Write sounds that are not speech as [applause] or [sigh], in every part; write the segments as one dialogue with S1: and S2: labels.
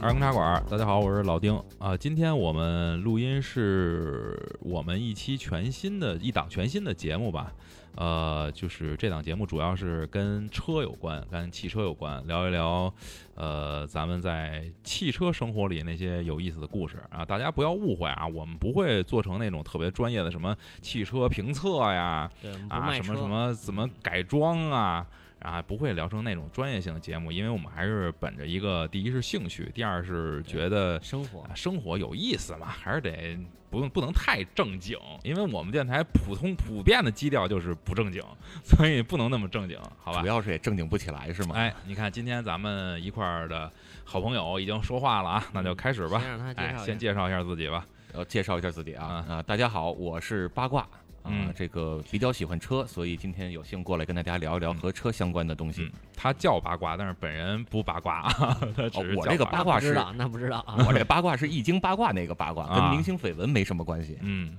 S1: 二更茶馆，大家好，我是老丁啊。今天我们录音是我们一期全新的一档全新的节目吧，呃，就是这档节目主要是跟车有关，跟汽车有关，聊一聊呃咱们在汽车生活里那些有意思的故事啊。大家不要误会啊，我们不会做成那种特别专业的什么汽车评测呀，
S2: 对，我们不
S1: 啊，
S2: 卖
S1: 什
S2: 车，
S1: 么什么怎么改装啊，啊，不会聊成那种专业性的节目，因为我们还是本着一个，第一是兴趣，第二是觉得
S2: 生活
S1: 啊，生活有意思嘛，还是得不用不能太正经，因为我们电台普通普遍的基调就是不正经， [laughs] 所以不能那么正经，好吧
S3: 主？要是也正经不起来是吗？
S1: 哎，你看今天咱们一块儿的好朋友已经说话了啊，那就开始吧
S2: 嗯先。让他介
S1: 哎
S2: 绍，一
S1: 先
S2: 下
S1: 介绍一下自己吧。
S3: 呃，介绍一下自己啊啊，大家好，我是八卦啊
S1: 嗯，
S3: 这个比较喜欢车，所以今天有幸过来跟大家聊一聊和车相关的东
S1: 嗯
S3: 西。
S1: 他叫八卦，但是本人不八卦啊， [laughs] 他只
S3: 哦
S1: 是
S3: 我
S1: 叫
S3: 这个
S1: 八
S3: 八卦
S2: 不知
S3: 是，
S2: 道，那不知道
S1: [laughs]
S2: 啊。
S3: 我这个八卦是易经八卦那个八卦，
S1: 嗯啊
S3: 跟明星绯闻没什么关系。
S1: 嗯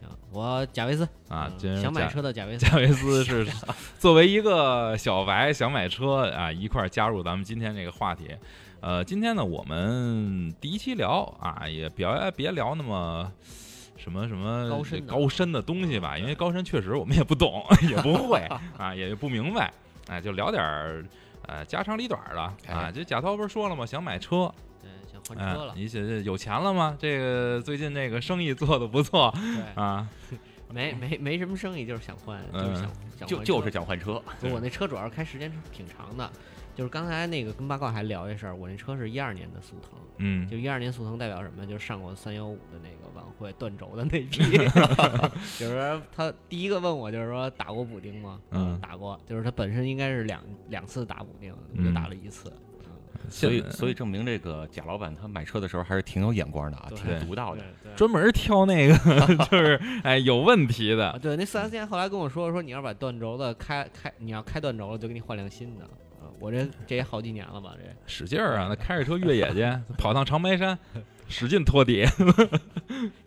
S2: 行，我贾维斯
S1: 啊，
S2: 嗯
S1: 今天
S2: 想买
S1: 贾
S2: 车的
S1: [laughs]
S2: 贾维斯，
S1: 贾维
S2: [laughs]
S1: 斯是 [laughs] 作为一个小白想买车啊，一块儿加入咱们今天这个话题。呃，今天呢，我们第一期聊啊，也别别聊那么。什么什么
S2: 高深的嗯
S1: 高深的东西吧，因为高深确实我们也不
S2: [laughs]
S1: 懂，也不会啊，也不明白，啊，就聊点儿呃家长里短儿的啊。
S3: 哎
S1: 这贾涛不是说了吗？想买车，
S2: 对，想换
S1: 啊
S2: 车了，
S1: 你写有钱了吗？这个最近这个生意做的不错
S2: 对，
S1: 啊，
S2: 没没没什么生意，就是想换，就是想
S1: 嗯
S2: 想
S3: 就
S2: 换
S3: 就
S2: 车
S3: 是想换车，
S2: 不是我那车主要是开时间挺长的，就是刚才那个跟八卦还聊这事儿，我那车是一二年的速腾，
S1: 嗯，
S2: 就一二年速腾代表什么？就是上过三幺五的那个晚会断轴的那
S1: [laughs]
S2: 批， [laughs] 就是说他第一个问我就是说打过补丁吗？
S1: 嗯
S2: 打过，就是他本身应该是两两次打补丁，我就打了一次。嗯
S3: 所以所
S1: 以
S3: 以证明这个贾老板他买车的时候还是挺有眼光的啊，
S2: 对
S3: 挺独到的。
S2: 对
S1: 专门挑那
S3: [laughs]
S1: 个就是哎有问题
S2: 啊，
S1: 的，
S2: 对，那四 S 店后来跟我说，说你要把断轴的开开，你要开断轴了，就给你换辆新的。啊，我这这也好几年了吧，这
S1: 使劲儿啊！那开着车越野去，
S3: [laughs]
S1: 跑趟长白山，使劲托底。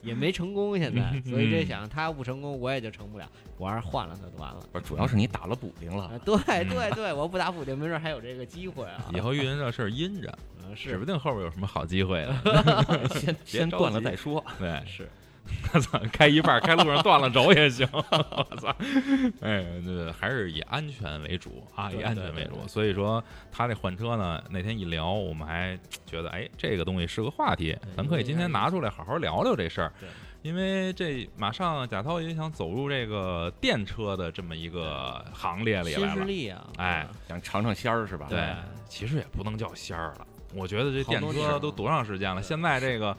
S2: 也没成功，现在，所以这
S1: 嗯
S2: 想他不成功，我也就成不了。我要是换了他就完了。
S3: 不是，主要是你打了补丁
S2: 啊
S3: 了，，
S2: 对
S1: 嗯
S2: 对对，我不打补丁，没准儿还有这个机会啊。
S1: 以后遇见这事儿阴着，
S2: 嗯
S1: 指
S2: 是
S1: 不定后边有什么好机会
S3: [laughs]
S1: 呢。 [laughs]
S3: 先先
S1: 着
S3: 断了
S1: 急
S3: 再说。
S1: 对，
S2: 是，
S1: [laughs] 我操，开一半儿开路上断了轴也行。 [laughs] 我操，哎，这还是以安全为主啊，以
S2: 对
S1: 安
S2: 对
S1: 全
S2: 对
S1: 为主。
S2: 对
S1: 所以说他这换车呢，那天一聊，我们还觉得哎，这个东西是个话题，咱可以今天拿出来好好聊聊这事儿
S2: 哎对。
S1: 因为这马上贾涛也想走入这个电车的这么一个行列里
S2: 新
S1: 来
S2: 势
S1: 了。
S2: 力啊，
S1: 哎
S3: 想尝尝鲜儿是吧？
S1: 对，其实也不能叫仙儿了，我觉得这
S2: 好
S1: 电
S2: 多啊年
S1: 车
S2: 了
S1: 都多长时间了？
S2: 对
S1: 现在这个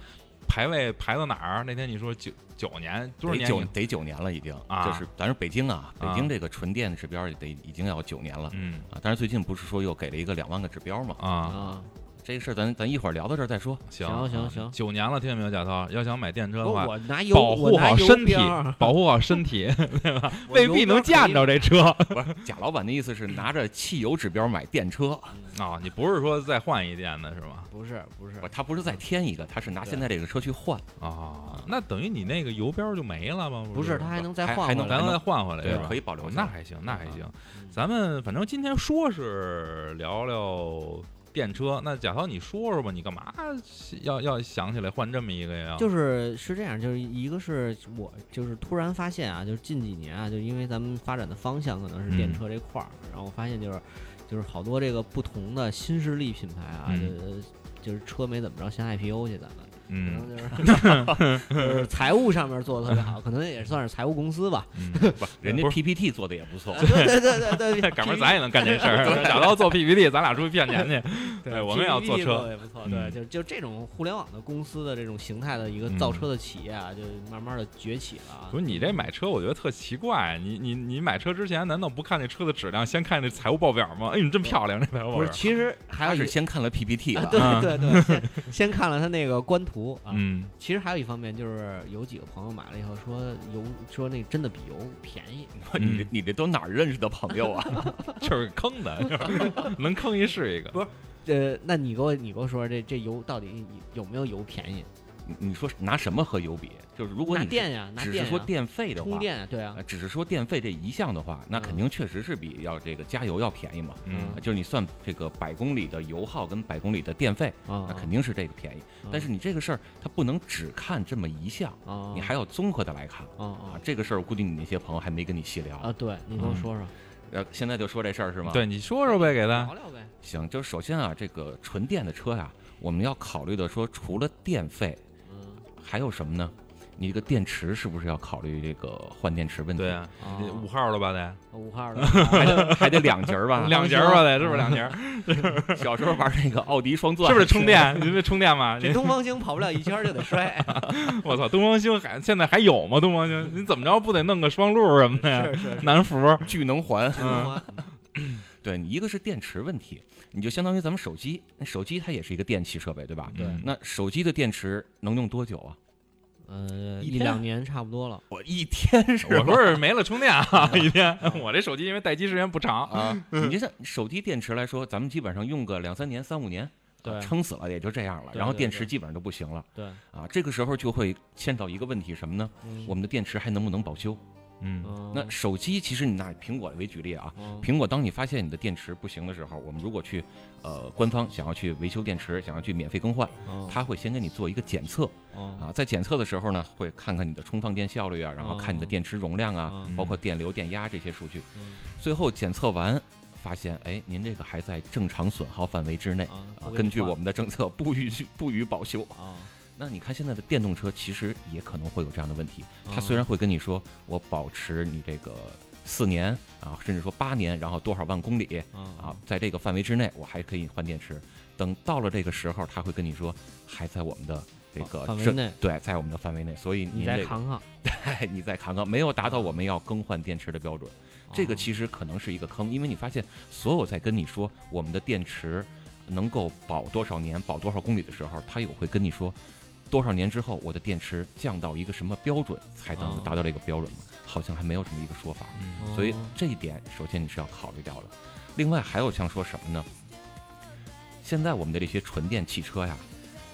S1: 排位排到哪儿？那天你说九九年多少
S2: 哎
S3: 得
S1: 年
S3: 九
S1: 以？
S3: 得九年了，已经
S1: 啊
S3: 就是咱是北京啊，北
S1: 啊
S3: 京这个纯电指标也得已经要九年了
S1: 嗯
S3: 啊。但是最近不是说又给了一个两万个指标嘛？
S2: 啊
S1: 啊，
S2: 啊，
S3: 这个事儿咱咱一会儿聊到这儿再说。
S1: 行啊
S2: 行行行
S1: 九年了，听见没有，贾涛？要想买电车
S2: 不
S1: 的话，
S2: 是我拿油，
S1: 啊保护好身体， [laughs] 保护好身体，未必能见着
S2: 着。
S1: 这车啊、
S3: 贾老板的意思是拿着汽油指标买电车，
S1: 你不是说再换一件的是吗？
S2: 不是不是
S3: 不，他不是再添一个，他是拿现在这个车去换。
S1: 啊、那等于你那个油标就没了吗？
S2: 不是，他还能再
S3: 还
S2: 换
S3: 还
S2: 回
S3: 能
S2: 来
S1: 咱能再换回来
S3: 对
S1: 是吧？
S3: 可以保留
S1: 哦
S3: 下
S1: 那
S3: 来
S1: 还行，那还行。
S2: 嗯
S1: 咱们反正今天说是聊聊电车，那贾涛你说说吧，你干嘛要要想起来换这么一个呀？
S2: 就是是这样，就是一个是我就是突然发现啊，就是近几年啊，就因为咱们发展的方向可能是电
S1: 嗯
S2: 车这块儿，然后我发现就是就是好多这个不同的新势力品牌啊，
S1: 嗯
S2: 就是就是车没怎么着先 IPO 去咱们。可
S1: 嗯
S2: 能就是、
S1: [laughs]
S2: 就是财务上面做的特别好，可能也算是财务公司吧。
S1: 嗯，
S3: 不，人家
S1: 不
S3: PPT 做的也不错
S2: 啊。对对对
S1: [laughs]
S2: 对对，
S1: 哦赶明儿咱也能干这事 [laughs] 儿。贾涛做 PPT，咱俩出去骗钱去。 [laughs] 对，我们也要坐
S2: TVB 做
S1: 车。
S2: 得也不错。
S1: 嗯
S2: 对，就就这种互联网的公司的这种形态的一个
S3: 嗯
S2: 造车的企业啊，就慢慢的崛起了啊。
S1: 不是你这买车，我觉得特奇怪。你你你买车之前，难道不看那车的质量，先看那财务报表吗？哎，你真漂亮，这财务报
S2: 不是，
S1: 表。
S2: 其实还有
S3: 他
S2: 一
S3: 是先看了 PPT
S2: 啊，
S3: 吧？
S1: 啊
S2: [laughs] 对对对，先先看了他那个官图啊。
S1: 嗯
S2: 其实还有一方面就是有几个朋友买了以后说油说那真的比油便宜， [laughs]
S3: 你这你这都哪儿认识的朋友啊？
S1: 嗯就是坑 [laughs] 的，就是能坑一是一个。
S2: 呃，那你给我你给我说这这油到底有没有油便宜？
S3: 你说拿什么和油比？就是如果
S2: 拿
S3: 你
S2: 电呀，拿
S3: 只
S2: 电呀，
S3: 是说电费的话
S2: 充，电嗯呀，对啊，
S3: 呃只是说电费这一项的话，那肯定确实是比要这个加油要便宜嘛。呃
S1: 嗯
S3: 就是你算这个百公里的油耗跟百公里的电费，
S2: 啊
S3: 那肯定是这个便宜。
S1: 嗯
S3: 但是你这个事儿，它不能只看这么一项，
S2: 啊，
S1: 嗯
S3: 你还要综合的来看
S2: 啊
S3: 啊
S2: 啊。
S3: 这个事儿，我估计你那些朋友还没跟你细
S2: 啊，
S3: 聊。
S2: 对，你跟我说说，
S3: 呃，现在就说这事儿是吗？，
S1: 对，你说说呗，给他
S2: 聊聊呗，
S3: 行，就是首先啊，这个纯电的车呀、我们要考虑的说，除了电费，
S2: 嗯，
S3: 还有什么呢？你这个电池是不是要考虑这个换电池问题？
S1: 对啊，
S2: 啊
S1: 你五号了吧得，
S2: 五号的，
S3: 还得还得两节儿
S1: [laughs]
S3: 吧。
S1: 两节儿吧得，是不是两节 [laughs] 儿？
S3: 小时候玩那个奥迪双钻，
S1: 是不是充？电？ [laughs] 你这充电吗？
S2: [laughs] 这东方星跑不了一圈儿就得摔，
S1: 我操，东方星还现在还有吗？东方星，你怎么着不得弄个双路什么的呀？
S2: 是是是，
S1: 南孚，
S3: 聚能环。
S1: 嗯
S3: [laughs] 对，你一个是电池问题，你就相当于咱们手机，那手机它也是一个电器设备，对吧？
S2: 对
S1: 嗯
S3: 那手机的电池能用多久啊？
S2: [laughs] 呃，
S1: 一
S2: 一
S1: 天
S2: 两年差不多了，
S3: 我一天是
S1: 我
S3: 吧？
S1: 不是没了充电啊， [laughs] 一天。我这手机因为待机时间不长，
S3: 啊，你就像手机电池来说，咱们基本上用个两三年、三五年，
S2: 对
S3: 撑死了也就这样了。
S2: 对
S3: 然后
S2: 对
S3: 电
S2: 对
S3: 池基本上都不行了
S2: 对，
S3: 啊。这个时候就会牵到一个问题，什么呢？我们的电池还能不能保修？
S1: 嗯，
S2: 嗯
S3: 那手机其实你拿苹果为举例啊，
S2: 嗯
S3: 苹果当你发现你的电池不行的时候，我们如果去呃官方想要去维修电池，想要去免费更换，
S2: 嗯
S3: 它会先给你做一个检测
S2: 嗯
S3: 啊，在检测的时候呢，会看看你的充放电效率啊，然后看你的
S2: 哦
S3: 电池容量啊，
S2: 嗯
S3: 包括电流、电压这些数据。
S2: 嗯
S3: 最后检测完发现，哎，您这个还在正常损耗范围之内。
S2: 嗯
S3: 啊，根据我们的政策，不允许不予保修。
S2: 啊，
S3: 那你看现在的电动车，其实也可能会有这样的问题。
S2: 嗯
S3: 它虽然会跟你说，我保持你这个四年啊，甚至说八年，然后多少万公里啊
S2: 啊，
S3: 在这个范围之内，我还可以换电池。等到了这个时候，他会跟你说，还在我们的这个
S2: 啊范围
S3: 政
S2: 内
S3: 对，在我们的范围内。所以
S2: 你
S3: 您
S2: 再
S3: 这个，
S2: 扛啊扛，
S3: 哎， [laughs] 你再看看，没有达到我们要更换电池的标准。这个
S2: 哦
S3: 其实可能是一个坑，因为你发现所有在跟你说我们的电池能够保多少年、保多少公里的时候，他也会跟你说多少年之后我的电池降到一个什么标准才能
S2: 哦
S3: 达到这个标准嘛？好像还没有这么一个说法，
S1: 嗯
S3: 所以
S2: 哦
S3: 这一点首先你是要考虑掉的。另外还有像说什么呢？现在我们的这些纯电汽车呀，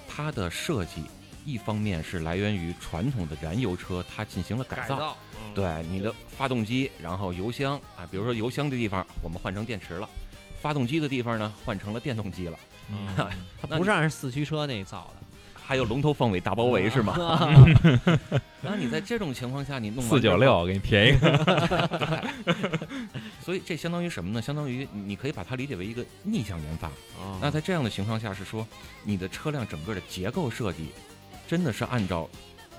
S3: 它的设计一方面是来源于传统的燃油车，它进行了改造，
S2: 造，嗯
S3: 对你的发动机，然后油箱啊，比如说油箱的地方我们换成电池了，发动机的地方呢换成了电动机了，
S1: 嗯
S2: 它不是按四驱车那造的，
S3: 还有龙头凤尾大包围
S2: [laughs]
S3: 是吗？ [laughs]
S2: 啊？
S3: 那你在这种情况下，你弄完
S1: 四
S3: 之
S1: 九
S3: 后，
S1: 六，给你便宜个。
S3: 所以这相当于什么呢？相当于你可以把它理解为一个逆向研发。
S2: 哦
S3: 那在这样的情况下，是说你的车辆整个的结构设计真的是按照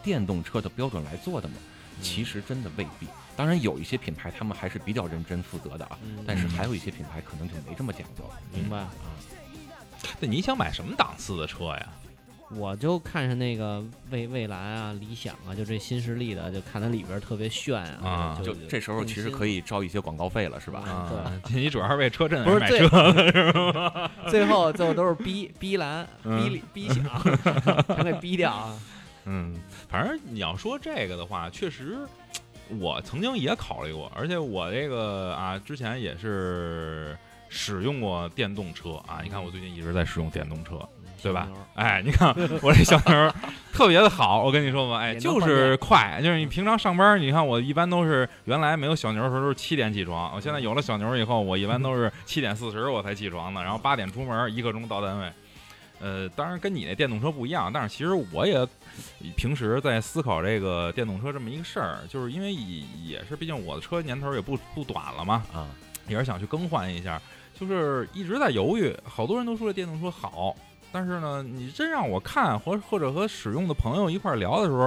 S3: 电动车的标准来做的吗？
S2: 嗯
S3: 其实真的未必。当然，有一些品牌他们还是比较认真负责的啊，
S2: 嗯
S3: 但是还有一些品牌可能就没这么讲究。
S2: 明白，
S3: 啊，
S1: 那你想买什么档次的车呀？
S2: 我就看上那个蔚蔚蓝啊、理想啊，就这新势力的，就看它里边儿特别炫
S1: 啊
S3: 就
S2: 就
S3: 这时候其实可以招一些广告费了，是吧？
S1: 啊，你主要是为车震
S2: 哎不是
S1: 买
S2: 最
S1: 车， [laughs]
S2: 最后最后都是逼逼蓝、
S1: 嗯
S2: 逼里逼
S1: [laughs]
S2: 响，全给逼掉啊！
S1: 嗯，反正你要说这个的话，确实。我曾经也考虑过，而且我这个啊，之前也是使用过电动车啊。你看，
S2: 嗯
S1: 我最近一直在使用电动车，对吧
S2: 小牛儿？
S1: 哎，你看我这小牛
S2: [laughs]
S1: 儿特别的好，我跟你说吧，哎，
S2: 也能
S1: 就是快，就是你平常上班，你看我一般都是原来没有小牛的时候都是七点起床，我现
S2: 嗯
S1: 在有了小牛以后，我一般都
S2: [laughs]
S1: 是七点四十我才起床呢，然后八点出门，一刻钟到单位。呃，当然跟你那电动车不一样，但是其实我也平时在思考这个电动车这么一个事儿，就是因为也也是，毕竟我的车年头也不不短了嘛，
S3: 啊，
S1: 也是想去更换一下，就是一直在犹豫。好多人都说这电动车好，但是呢，你真让我看或或者和使用的朋友一块儿聊的时候，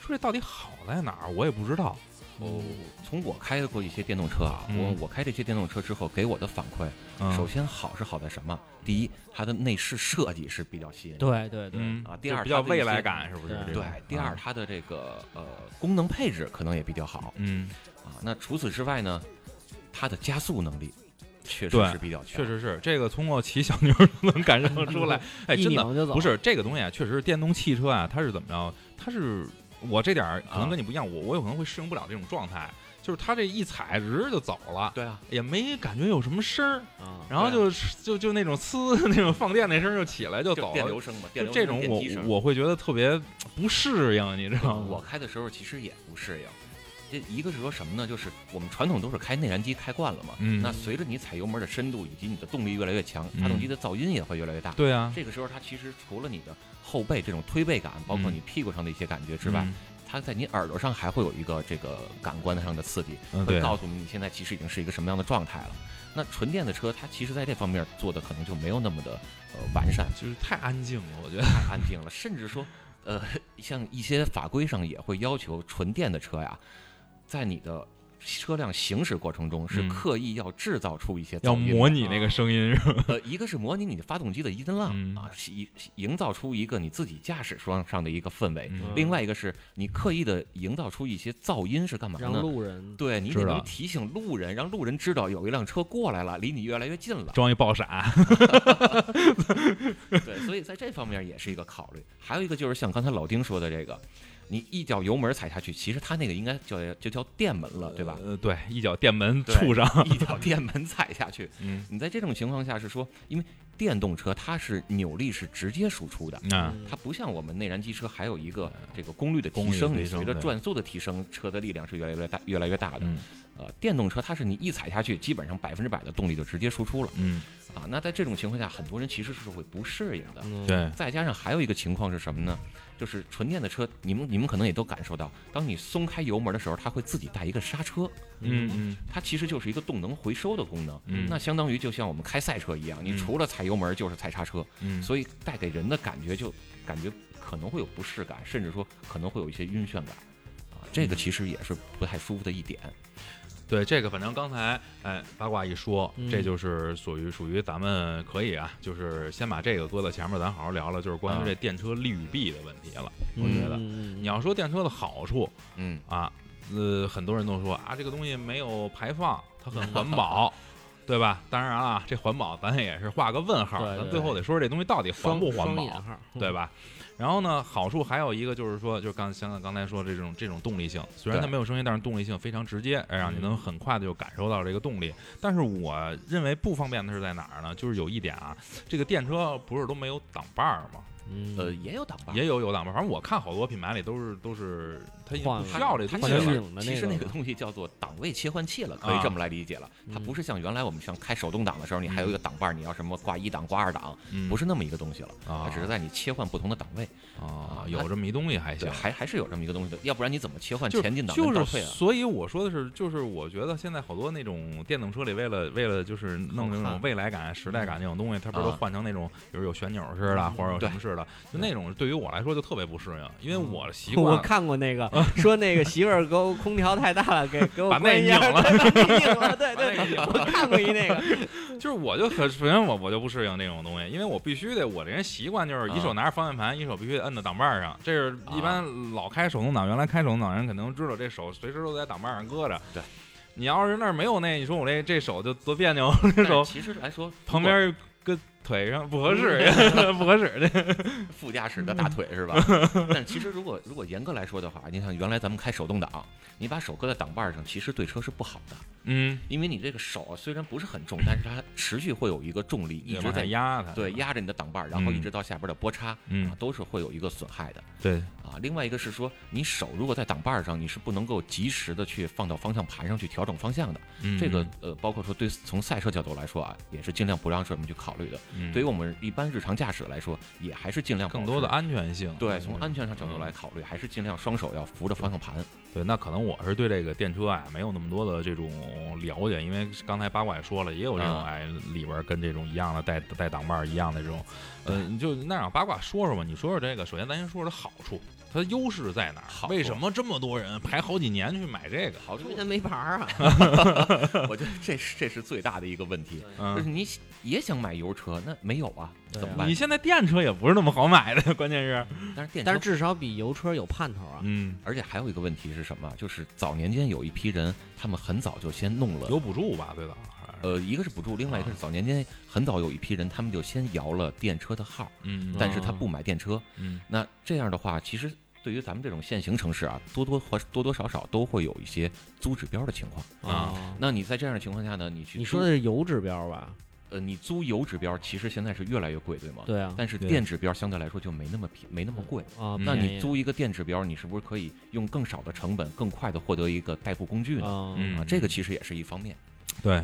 S1: 说这到底好在哪儿，我也不知道。
S3: 哦，从我开过一些电动车啊，我
S1: 嗯
S3: 我开这些电动车之后给我的反馈，首
S1: 嗯
S3: 先好是好在什么？第一，它的内饰设计是比较吸引人的，
S2: 对对对，
S1: 嗯
S3: 啊第二
S1: 就比较
S3: 它的一
S1: 未
S3: 些
S1: 来感是不是？
S2: 对
S1: 这种啊
S3: 对，第二，它的这个呃功能配置可能也比较好
S1: 嗯，
S3: 啊。那除此之外呢，它的加速能力确实
S1: 对
S3: 是比较强，
S1: 确实是这个，通过骑小牛儿就能感受出
S3: [laughs]
S1: 来。哎，
S2: 一
S1: 真的
S2: 拧就走，
S1: 不是这个东西啊，确实是电动汽
S3: 啊
S1: 车啊，它是怎么着？它是我这点儿可能跟你不一样，我我有可能会适应不了这种状态。就是它这一踩直就走了，
S3: 对啊，
S1: 也没感觉有什么声儿，
S2: 啊，
S1: 然后就就就那种呲那种放电那声儿就起来就
S3: 就
S1: 走
S3: 电
S1: 了
S3: 流。声嘛，电
S1: 就
S3: 流
S1: 这种
S3: 声电
S1: 我
S3: 梯声
S1: 我会觉得特别不适应，你知道吗？
S3: 我开的时候其实也不适应。这一个是说什么呢？就是我们传统都是开内燃机开惯了嘛，
S1: 嗯
S3: 那随着你踩油门的深度以及你的动力越来越强，发动机的噪音也会越来越大。
S1: 对啊，
S3: 这个时候它其实除了你的后背这种推背感，包括
S1: 嗯
S3: 你屁股上的一些感觉之外，
S1: 嗯？
S3: 它在你耳朵上还会有一个这个感官上的刺激，
S1: 嗯，
S3: 会
S1: 对，
S3: 告诉你你现在其实已经是一个什么样的状态了。那纯电的车，它其实在这方面做的可能就没有那么的呃完善。
S1: 就是太安静了，我觉得。
S3: 安静
S1: [laughs]
S3: 了，甚至说，呃，像一些法规上也会要求纯电的车呀，在你的车辆行驶过程中是
S1: 嗯
S3: 刻意要制造出一些
S1: 要
S3: 噪音的
S1: 模拟那个声音是吧？
S3: 呃，一个是模拟你的发动机的一声浪、
S1: 嗯
S3: 啊，是一营造出一个你自己驾驶上上的一个氛围；
S1: 嗯
S3: 另外一个是你刻意的营造出一些噪音是干嘛
S2: 让
S3: 呢？
S2: 路人
S3: 对你
S1: 知
S3: 得
S1: 道
S3: 能提醒路人，让路人知道有一辆车过来了，离你越来越近了。
S1: 装一爆闪，
S3: 对，所以在这方面也是一个考虑。还有一个就是像刚才老丁说的这个，你一脚油门踩下去，其实他那个应该叫就叫电门了，对吧？
S1: 呃，对，一脚电门
S3: 对
S1: 触上，
S3: 一脚电门踩下去，
S1: 嗯，
S3: 你在这种情况下是说，因为电动车它是扭力是直接输出的。
S1: 啊，
S2: 嗯
S3: 它不像我们内燃机车还有一个这个功率的提
S1: 功率的
S3: 升，你
S1: 提升
S3: 随着
S1: 对
S3: 转速的提升，车的力量是越来越大、越来越大的。
S1: 嗯
S3: 呃，电动车它是你一踩下去，基本上百分之百的动力就直接输出了
S1: 嗯，
S3: 啊。那在这种情况下，很多人其实是会不适应的。
S2: 嗯，
S1: 对，
S3: 再加上还有一个情况是什么呢？就是纯电的车，你们你们可能也都感受到，当你松开油门的时候，它会自己带一个刹车，
S1: 嗯嗯
S3: 它其实就是一个动能回收的功能。
S1: 嗯，
S3: 那相当于就像我们开赛车一样，你
S1: 嗯
S3: 除了踩油门就是踩刹车，
S1: 嗯
S3: 所以带给人的感觉就感觉可能会有不适感，甚至说可能会有一些晕眩感。啊，这个其实也是不太舒服的一点，
S1: 对这个，反正刚才哎八卦一说，
S2: 嗯
S1: 这就是属于属于咱们可以啊，就是先把这个搁到前面，咱好好聊聊，就是关于
S3: 啊
S1: 这电车利与弊的问题了。
S2: 嗯
S1: 我觉得
S2: 嗯
S1: 你要说电车的好处
S3: 嗯，
S1: 啊，呃，很多人都说啊，这个东西没有排放，它很环保。对吧？当然啊，这环保咱也是画个问号，
S2: 对对
S1: 咱最后得说这东西到底环
S2: 双
S1: 不环
S2: 双
S1: 保啊
S2: 引。号，
S3: 嗯
S1: 对吧？然后呢，好处还有一个就是说，就是刚像刚才说这种这种动力性，虽然它
S3: 对
S1: 没有声音，但是动力性非常直接，哎让你能很快的就感受到这个动力。但是我认为不方便的是在哪儿呢？就是有一点啊，这个电车不是都没有挡把儿吗？
S2: 嗯？
S3: 呃，也有挡把，
S1: 也有有挡把儿，反正我看好多品牌里都是都是它已经
S2: 换
S1: 不需要这
S3: 它
S1: 东西
S2: 换
S3: 其
S2: 成
S3: 实
S1: 了。
S2: 拧的
S3: 其实那
S2: 那
S3: 个
S2: 个
S3: 东西叫做档位切换器了，可以
S1: 啊
S3: 这么来理解了。
S1: 呃
S3: 它
S2: 嗯
S3: 不是像原来我们像开手动挡的时候，你还有一个挡把儿，你要什么挂一档、挂二档，
S1: 嗯
S3: 不是那么一个东西了。它
S1: 啊，
S3: 只是在你切换不同的档位，
S1: 啊，有这么一东西还
S3: 对，
S1: 行。
S3: 还还是有这么一个东西的，要不然你怎么切换
S1: 就
S3: 前进档
S1: 就
S3: 跟倒
S1: 是，
S3: 退
S1: [laughs]
S3: 啊？
S1: 所以我说的是，就是我觉得现在好多那种电动车里，为了为了就是弄那
S3: 好
S1: 种
S3: 看
S1: 未来感、时代感那种东西，它不是
S3: 啊
S1: 都换成那种，比如有旋钮似的，或者有什么似的，就那种对于我来说就特别不适应，因为我习
S2: 我
S1: 惯
S2: 看过
S1: [laughs]
S2: 那个，说那个媳妇儿给我空调太大了，给给我
S1: 把那
S2: 关一下，
S1: 拧
S2: [laughs]
S1: 了
S2: 把那
S1: [laughs]
S2: 拧了，对
S1: 把那
S2: 对，
S1: 拧
S2: 我看过一那个，
S1: 就是我就很，首先我我就不适应这种东西，因为我必须得，我这人习惯就是一
S3: 啊
S1: 手拿着方向盘，一手必须得摁到挡把上。这是一般老开手动挡，原来开手动挡人可能知道，这手随时都在挡把上搁着。
S3: 对，
S1: 你要是那儿没有那，你说我这这手就多别扭，这
S3: 但
S1: 手
S3: 其实来说，
S1: 旁边跟腿上不合适， [laughs] 不合适的。
S3: 如果副驾驶的大
S1: 嗯
S3: 腿
S1: [laughs]
S3: 是吧？但其实如果如果严格来说的话，你像原来咱们开手动挡，你把手搁在挡把儿上，其实对车是不好的，
S1: 嗯，
S3: 因为你这个手啊虽然不是很重，但是它持续会有一个重力一直
S1: 往下
S3: 在
S1: 压它。
S3: 对，压着你的挡把儿，然后一
S1: 嗯
S3: 直到下边的波叉，
S1: 嗯
S3: 啊，都是会有一个损害的
S1: 对，
S3: 啊。另外一个是说，你手如果在挡把儿上，你是不能够及时的去放到方向盘上去调整方向的。
S1: 嗯
S3: 这个呃，包括说对从赛车角度来说啊，也是尽量不让这么去考虑的。
S1: 嗯
S3: 对于我们一般日常驾驶来说，也还是尽量
S1: 更
S3: 保
S1: 多的
S3: 持。
S1: 安全性。
S3: 对，从安全上角度
S1: 嗯
S3: 来考虑，还是尽量双手要扶着方向盘。
S1: 对，那可能我是对这个电车啊没有那么多的这种了解，因为刚才八卦也说了，也有这种
S3: 啊
S1: 哎里边跟这种一样的带带挡把儿一样的这种，呃，你就那让八卦说说吧。你说说这个，首先咱先说说它好处，它的优势在哪儿？
S3: 好
S1: 为什么这么多人排好几年去买这个？
S3: 好，
S2: 人没牌
S1: [laughs]
S2: 儿啊，
S1: 嗯
S3: 我觉得这是这是最大的一个问题，就是
S1: 嗯，
S3: 你也想买油车，那没有啊，
S2: 对
S3: 怎么
S2: 啊
S3: 办
S1: 你？现在电车也不是那么好买的，关键是，
S3: 但是电
S2: 但
S3: 车
S2: 是至少比油车有盼头啊，
S1: 嗯，
S3: 而且还有一个问题是什么？就是早年间有一批人，他们很早就先弄了，
S1: 有补助吧？最早还是，
S3: 呃，一个是补助，另外一个是早年间很早有一批人，他们就先摇了电车的号，
S1: 嗯，
S3: 但是
S2: 哦
S3: 他不买电车。
S1: 嗯
S3: 那这样的话，其实对于咱们这种现行城市啊，多多或多多少少都会有一些租指标的情况。
S1: 啊
S2: 哦
S3: 那你在这样的情况下呢，你去
S2: 你
S3: 租
S2: 说的是油指标吧？
S3: 呃，你租油指标其实现在是越来越贵，对
S1: 哦
S3: 吗？。
S2: 对啊，
S3: 但是
S1: 对
S3: 电指标相对来说就没那么便，没那么贵。
S2: 啊，
S1: 嗯
S3: 那
S2: 便
S3: 你
S2: 宜
S3: 租一个电指标，你是不是可以用更少的成本，更快的获得一个代步工具呢？
S2: 啊，
S1: 嗯
S3: 啊，这个其实也是一方面。
S1: 对，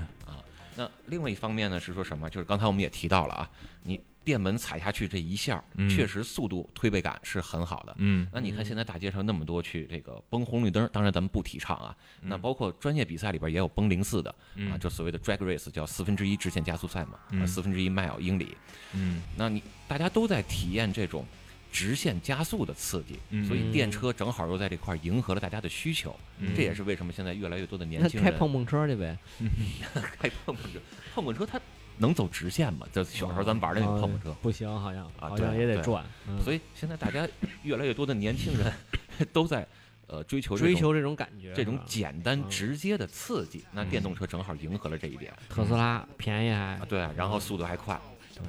S3: 那另外一方面呢，是说什么？就是刚才我们也提到了啊，你电门踩下去这一下儿，
S1: 嗯
S3: 确实速度推背感是很好的。
S1: 嗯
S3: 那你看
S2: 嗯
S3: 现在大街上那么多去这个崩红绿灯儿，当然咱们不提倡啊。那
S1: 嗯
S3: 包括专业比赛里边也有崩零四的啊，
S1: 嗯
S3: 就所谓的 drag race 叫四分之一直线加速赛嘛，啊
S1: 嗯
S3: 四分之一 mile 英里。 [laughs]
S1: 嗯
S3: 那你大家都在体验这种直线加速的刺激，
S1: 嗯
S3: 所以电车正好又在这块儿迎合了大家的需求。
S1: 嗯
S3: 这也是为什么现在越来越多的年
S2: 那
S3: 轻
S2: 开
S3: 人
S2: 碰碰车去呗，
S3: [laughs] 开碰碰车，碰碰车它能走直线吗？就小时候咱们玩的那种碰碰车
S2: 啊。不行，好像
S3: 啊
S2: 好
S3: 对
S2: 像也
S3: 对
S2: 得转，嗯
S3: 所以现在大家越来越多的年轻人 [laughs] 都在呃追求这
S2: 追
S3: 种
S2: 求这种感觉，
S3: 这种
S2: 是吧
S3: 简单
S2: 嗯
S3: 直接的刺激。那电动车正好迎合了这一点
S2: 特斯拉便宜还
S3: 嗯啊，对啊，然后速度还快，
S2: 对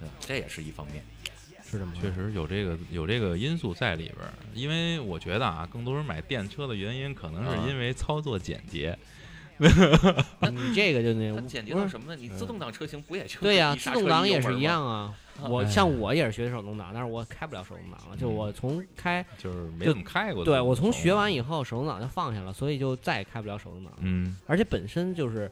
S3: 对，这也是一方面。
S2: 是这么回
S1: 确
S2: 事
S1: 实有这个有这个因素在里边儿，因为我觉得啊，更多人买电车的原因可能
S3: 啊
S1: 是因为操作简洁，
S2: 你这个就那
S3: 它简洁
S2: 不
S3: 到
S2: 是嗯
S3: 什么呢？你自动挡车型不也就
S2: 对呀、
S3: 一
S2: 自
S3: 刹车
S2: 动挡
S3: 一
S2: 也
S3: 油
S2: 是
S3: 门
S2: 一
S3: 吗。
S2: 样啊。我
S1: 哎
S2: 像我也是学手动挡，但是我开不了手动挡了，就
S1: 嗯
S2: 我从开，
S1: 就是没
S2: 就
S1: 怎么开过的。
S2: 对我从学
S3: 啊
S2: 完，以后手动挡就放下了，所以就再也开不了手动挡了。
S1: 嗯
S2: 而且本身就是，